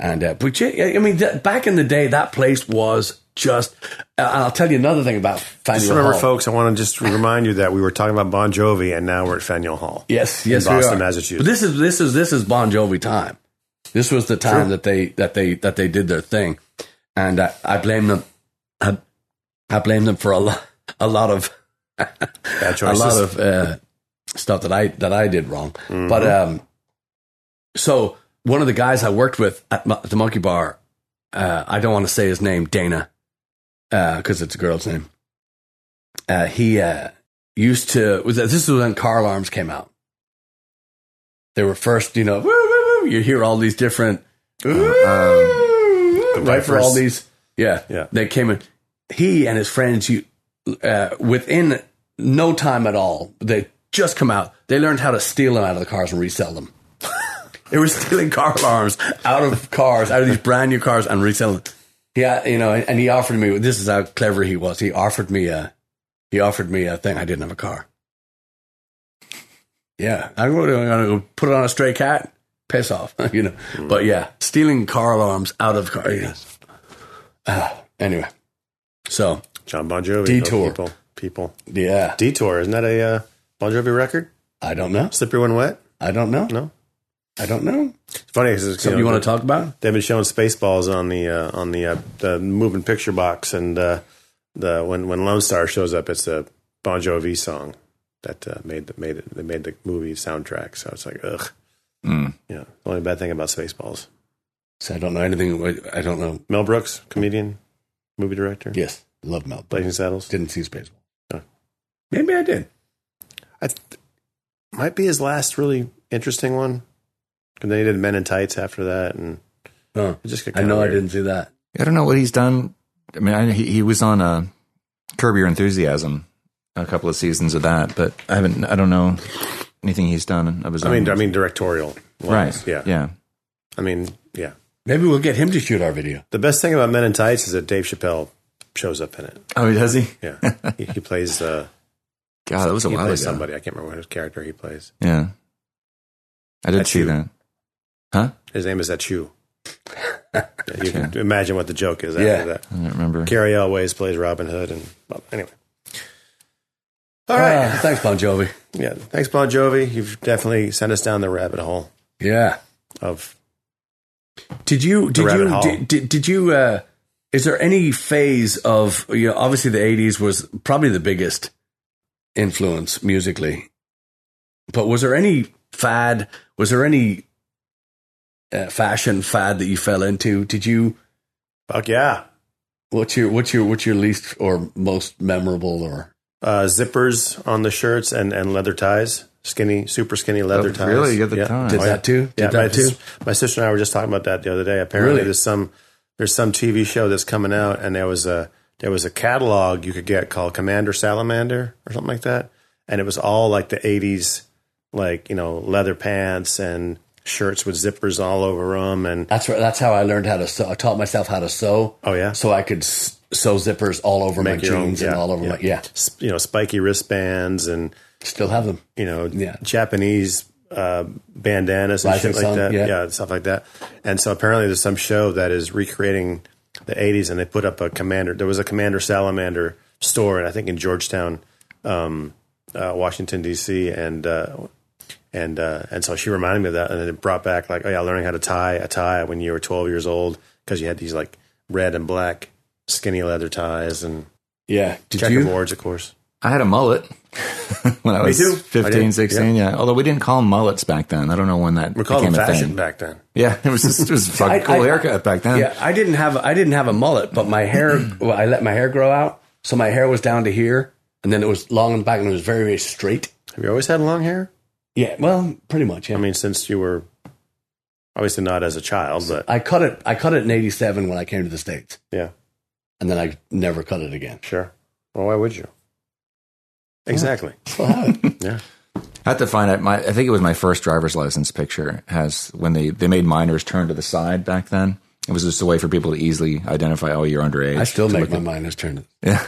And uh, but yeah, I mean, that, back in the day, that place was just. Uh, I'll tell you another thing about. Faneuil
Just remember,
Hall.
folks, I want to just remind you that we were talking about Bon Jovi, and now we're at Faneuil Hall.
Yes, yes, we
Boston,
are.
Massachusetts.
But this is this is this is Bon Jovi time. This was the time that they that they that they did their thing, and I, I blame them. I, I blame them for a lot a lot of
Bad
a
choices.
lot of uh, stuff that I that I did wrong. But um, so one of the guys I worked with at mo- the Monkey Bar, uh, I don't want to say his name, Dana, because it's a girl's name. Uh, he uh, used to was this was when car alarms came out. They were first, you know, woo, woo, woo, you hear all these different
Uh-huh.
Um,
right for all
Vipers.
these. Yeah,
Yeah.
They came in. He and his friends, you uh, within no time at all, they just come out. They learned how to steal them out of the cars and resell them. [laughs] they were stealing car alarms out of cars, out of these brand new cars, and reselling. Yeah, you know, and, and he offered me. This is how clever he was. He offered me a. He offered me a thing. I didn't have a car. Yeah, I'm going to put it on a stray cat. Piss off, [laughs] you know. But yeah, stealing car alarms out of car. Yeah. Ah, anyway, so
John Bon Jovi.
Detour.
those People. people.
yeah,
Detour. Isn't that a uh, Bon Jovi record?
I don't know.
Slippery When Wet?
I don't know.
No?
I don't know.
It's funny because
Something you want to talk about?
They've been showing Spaceballs on the uh, on the uh, the moving picture box, and uh, the when when Lone Star shows up, it's a Bon Jovi song that uh, made the, made it. They made the movie soundtrack, so it's like ugh.
Hmm.
Mm.
Yeah, the only bad thing about Spaceballs.
So I don't know anything. I don't know.
Mel Brooks, comedian, movie director,
Yes, love Mel. But
Blazing Saddles.
didn't see Spaceball.
Oh.
Maybe I did.
I th- might be his last really interesting one. And then he did Men in Tights after that, and
Oh.
it just got
I
kinda
know I
weird.
didn't see that.
I don't know what he's done. I mean, I, he, he was on uh, Curb Your Enthusiasm, a couple of seasons of that, but I haven't. I don't know anything he's done of his
I
own.
mean, I mean directorial.
Um, right?
ones. Yeah.
yeah.
I mean, yeah.
Maybe we'll get him to shoot our video.
The best thing about Men in Tights is that Dave Chappelle shows up in it.
Oh, does he? [laughs]
Yeah, he, he plays. Uh,
God, Oh, that was a
he
lot
plays
of
somebody. I can't remember what his character he plays.
Yeah, I did
That's
see
you.
that. Huh?
His name is
[laughs]
Achu. Yeah, you can imagine what the joke is after
Yeah.
that.
I don't remember.
Carrie Elways plays Robin Hood, and well, anyway. All
Uh.
right.
Ah, thanks, Bon Jovi.
yeah. Thanks, Bon Jovi. You've definitely sent us down the rabbit hole
Yeah.
of
Did you? Did
rabbit
you?
hole.
Did, did, did you? Uh, is there any phase of? You know, obviously, the '80s was probably the biggest influence musically. But was there any fad? Was there any uh, fashion fad that you fell into? Did you?
fuck yeah.
What's your what's your what's your least or most memorable or
Uh, zippers on the shirts and, and leather ties, skinny, super skinny leather
Oh,
ties.
really? You got the ties.
did
Oh, yeah.
that too? Did
Yeah, my,
that too?
my sister and I were just talking about that the other day. Apparently,
Really?
there's some there's some TV show that's coming out, and there was a there was a catalog you could get called Commander Salamander or something like that, and it was all like the '80s, like you know, leather pants and shirts with zippers all over them, and
That's right. That's how I learned how to sew. I taught myself how to sew.
oh yeah,
so I could s- sew zippers all over my
your own-
jeans and
yeah,
all over
yeah.
my yeah.
S- you know, spiky wristbands and
Still have them.
you know,
Yeah.
Japanese uh, bandanas and
Rising
shit like
sun,
that.
yeah.
Yeah. stuff like that. And so apparently there's some show that is recreating the 80s and they put up a commander. There was a Commander Salamander store, and I think in Georgetown, um, uh, Washington, D.C. And, uh, and, uh, and so she reminded me of that. And then it brought back, like, oh, yeah, learning how to tie a tie when you were 12 years old because you had these like red and black skinny leather ties and
Yeah. Did you?
checkerboards, of course.
I had a mullet [laughs] when I was
too. Oh, I
15,
did,
16. Yeah. Although we didn't call them mullets back then. I don't know when that
We called
became
them
a
fashion
thing.
back then.
Yeah, it was just it
[laughs]
was a
I-
fucking cool
I-
haircut back then.
Yeah, I didn't have I didn't have a mullet, but my hair [clears throat] well, I let my hair grow out, so my hair was down to here, and then it was long in the back, and it was very very straight.
Have you always had long hair?
Yeah, well, pretty much. Yeah.
I mean, since you were obviously not as a child, but
I cut it. I cut it in '87 when I came to the states,
yeah,
and then I never cut it [laughs] again.
sure. Well, why would you? Exactly.
I have to find out. My, I think it was my first driver's license picture. Has when they they made minors turn to the side back then. It was just a way for people to easily identify. Oh, you're underage.
[laughs] I still make my miners turn.
yeah.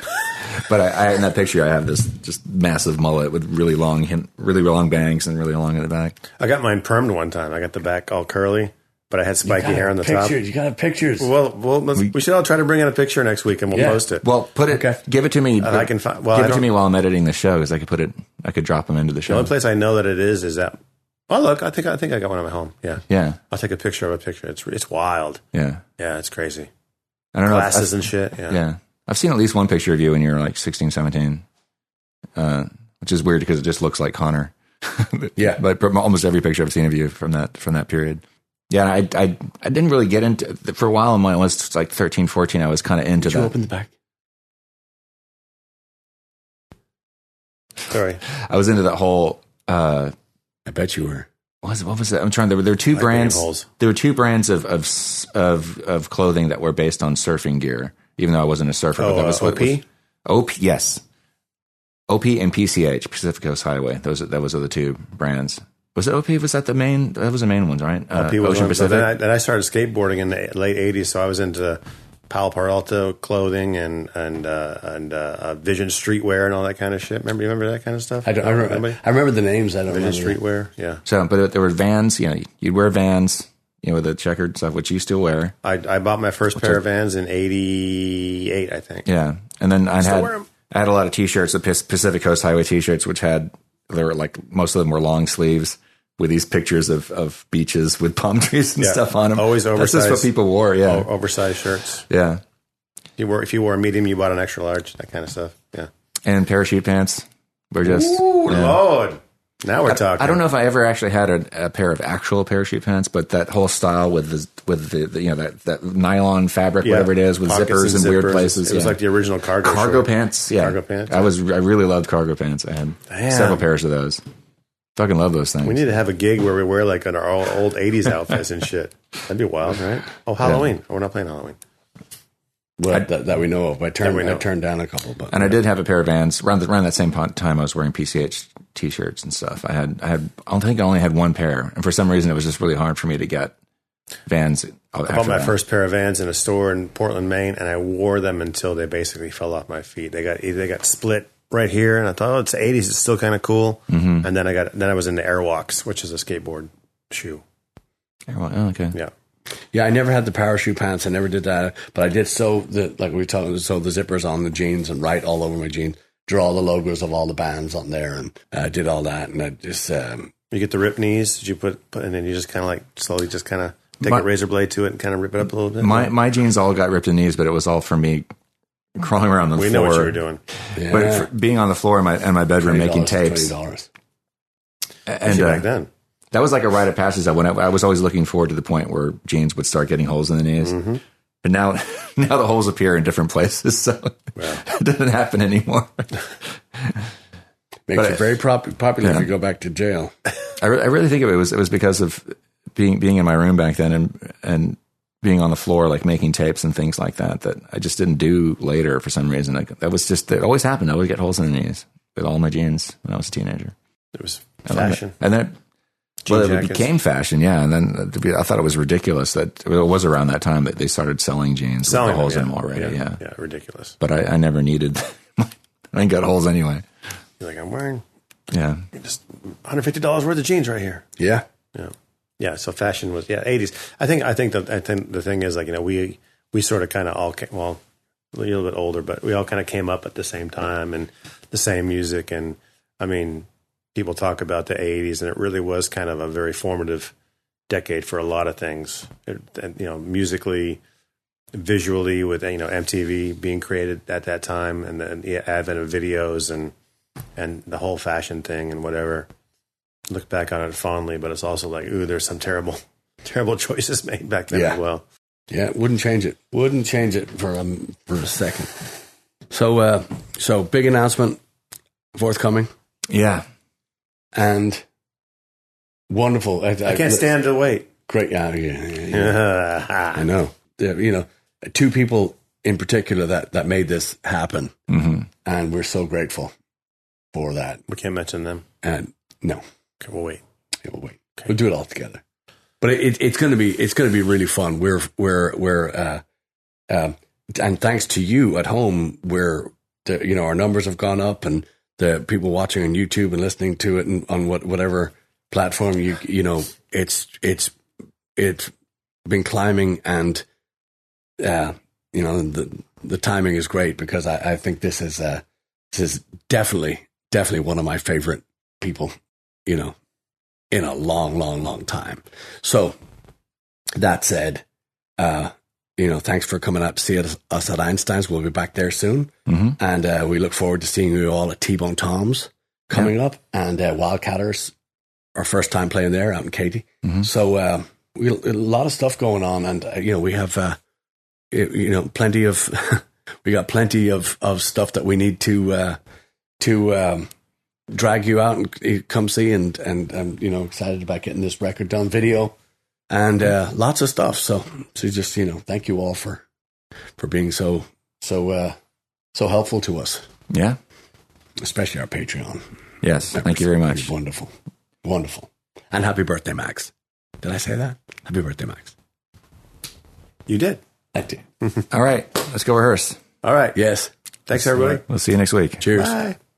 but I, I in that picture, I have this just massive mullet with really long, hin- really long bangs and really long in the back.
I got mine permed one time. I got the back all curly, but I had spiky hair on the
pictures. You got to pictures.
top. Well, well, let's, we should all try to bring in a picture next week, and we'll
Yeah.
post it.
Well, put it.
Okay.
Give it to me.
And I can find. Well, I
give it to
don't-
me while I'm editing the show, because I could put it. I could drop them into the
the
show.
only place I know that it is is that. Oh look, I think I think I got one at my home. Yeah,
yeah,
I'll take a picture of a picture. It's it's wild.
yeah.
Yeah, it's crazy.
Uh,
I don't know. if-
Glasses and shit. Yeah.
Yeah.
I've seen at least one picture of you when you were like 16, 17, uh, which is weird because it just looks like Connor.
Yeah.
but from almost every picture I've seen of you from that from that period. Yeah, I I, I didn't really get into for a while. When I was like 13, 14, I was kind of into
Did you
that.
open the back?
Sorry.
I was into that whole. Uh,
I bet you were.
what was what was that? I'm trying. There were there were two
Like
brands.
holes.
There were two brands of of s- of of clothing that were based on surfing gear. Even though I wasn't a surfer, but
Oh,
that was
uh,
what
OP?
was- OP, yes. OP and PCH, Pacific Coast Highway. Those that was the two brands. Was it OP? Was that the main? That was the main ones, right? Uh,
P was one, but then I, then I started skateboarding in the late '80s, so I was into Palo Alto clothing and and uh, and uh, uh, Vision streetwear and all that kind of shit. Remember, you remember that kind of stuff?
I don't. I
Anybody?
remember. I remember the names. I don't
Vision
remember.
streetwear. Yeah,
so, but there were Vans. You know, you'd wear Vans. You know, with the checkered stuff, which you still wear.
I I bought my first pair of Vans in '88, I think.
Yeah, and then I had
wear 'em.
I had a lot of T-shirts, the Pac- Pacific Coast Highway T-shirts, which had they were like most of them were long sleeves with these pictures of, of beaches with palm trees and
Yeah.
stuff on them.
Always
That's just what
oversized. Oh.
people wore. Yeah,
O- Oversized shirts.
yeah,
You wore if you wore a medium, you bought an extra large. That kind of stuff. Yeah.
and parachute pants. were just
Ooh, Lord. Now we're talking.
I don't know if I ever actually had a, a pair of actual parachute pants, but that whole style with the with the, the you know that, that nylon fabric,
Yeah.
whatever it is, with
Pockets
zippers and,
zippers.
weird places.
It was
yeah.
like the original cargo.
cargo
short.
pants. Yeah,
Cargo pants,
I was I really loved cargo pants. I had
Damn.
several pairs of those. Fucking love those things.
We need to have a gig where we wear like an, our old, old 80s outfits and shit. That'd be wild, right? Oh, Halloween. Oh, we're not playing Halloween.
Well, that, that we know of. I turned.
we know.
I turned down a couple, but
and I did have a pair of Vans around, the, around that same po- time. I was wearing PCH t-shirts and stuff. I had I had I don't think I only had one pair, and for some reason it was just really hard for me to get Vans.
I bought my first pair of Vans in a store in Portland, Maine, and I wore them until they basically fell off my feet. They got they got split right here, and I thought, oh, it's 80s. It's still kind of cool.
Mm-hmm.
And then I got then I was into Airwalks, which is a skateboard shoe.
Oh, okay.
Yeah.
Yeah, I never had the parachute pants. I never did that, but I did sew the like we were talking. Sew the zippers on the jeans and write all over my jeans. Draw the logos of all the bands on there, and I did all that. And I just um,
You get the rip knees that you put, put and then you just kind of like slowly just kind of take
My-
a razor blade to it and kind of rip it up a little bit.
My my jeans all got ripped in knees, but it was all for me crawling around on the
we know
floor.
what you were doing.
yeah,
But for being on the floor in my in my bedroom making
$20,
tapes,
$20.
and
back
uh,
then.
that was like a rite of passage. I went. I was always looking forward to the point where jeans would start getting holes in the knees.
Mm-hmm.
But now, [laughs] now the holes appear in different places, so [laughs] it doesn't happen anymore.
Makes
But
you
I-
very prop- popular
Yeah.
if you go back to jail.
I, re- I really think it was it was because of being being in my room back then and and being on the floor like making tapes and things like that that I just didn't do later for some reason. Like, that was just it always happened. I always get holes in the knees with all my jeans when I was a teenager.
It was
I loved it.
fashion.
and then
Jean
well, it
jackets.
became fashion, yeah. And then uh, I thought it was ridiculous that well, it was around that time that they started selling jeans
Selling
with the holes
them,
in them already, yeah.
yeah. Yeah, ridiculous.
But I, I never needed. [laughs] I got holes anyway.
You're like, I'm wearing
Yeah,
just $150 worth of jeans right here.
Yeah,
Yeah. Yeah. So fashion was, yeah, 80s. I think, I think the, I think the thing is like, you know, we, we sort of kind of all came, well, a little bit older, but we all kind of came up at the same time and the same music. And I mean, people talk about the 80s and it really was kind of a very formative decade for a lot of things, it, and, you know, musically, visually with, you know, MTV being created at that time and the, and the advent of videos and, and the whole fashion thing and whatever look back on it fondly, but it's also like, ooh, there's some terrible, [laughs] terrible choices made back then
Yeah.
as well.
yeah. Wouldn't change it. Wouldn't change it for um, for a second. So, uh, so big announcement forthcoming,
yeah.
and wonderful. I,
I can't stand to wait.
Great, yeah, yeah, yeah, yeah.
[laughs]
I
Yeah.
know. Yeah, You know, two people in particular that that made this happen,
hmm
and we're so grateful for that.
we can't mention them.
And no,
Okay, we'll wait.
it will wait. We'll do it all together. But it, it's going to be it's going to be really fun. We're we're we're uh, um and thanks to you at home, we're the, you know our numbers have gone up, and the people watching on YouTube and listening to it and on what whatever platform you you know it's it's it's been climbing and uh, you know the the timing is great because I, I think this is uh, this is definitely definitely one of my favorite people you know in a long long long time. So that said, uh, you know, thanks for coming out to see us, us at Einstein's. We'll be back there soon.
Mhm.
Mm-hmm.
And uh, we look forward to seeing you all at T Bone Tom's coming up and uh, Wildcatters, our first time playing there out in Katy. So, uh, we, a lot of stuff going on. And, uh, you know, we have, uh, you you know, plenty of, [laughs] we got plenty of, of stuff that we need to, uh, to, um, drag you out and uh, come see and and I'm you know excited about getting this record done video and uh, lots of stuff so so just you know thank you all for for being so so uh so helpful to us
Yeah.
especially our Patreon
Yes. Thank you very
members.
much.
wonderful wonderful and happy birthday Max did I say that happy birthday Max
You did.
I did
All right. Let's go rehearse.
All right.
yes
Thanks, everybody.
We'll see you next week.
cheers
Bye.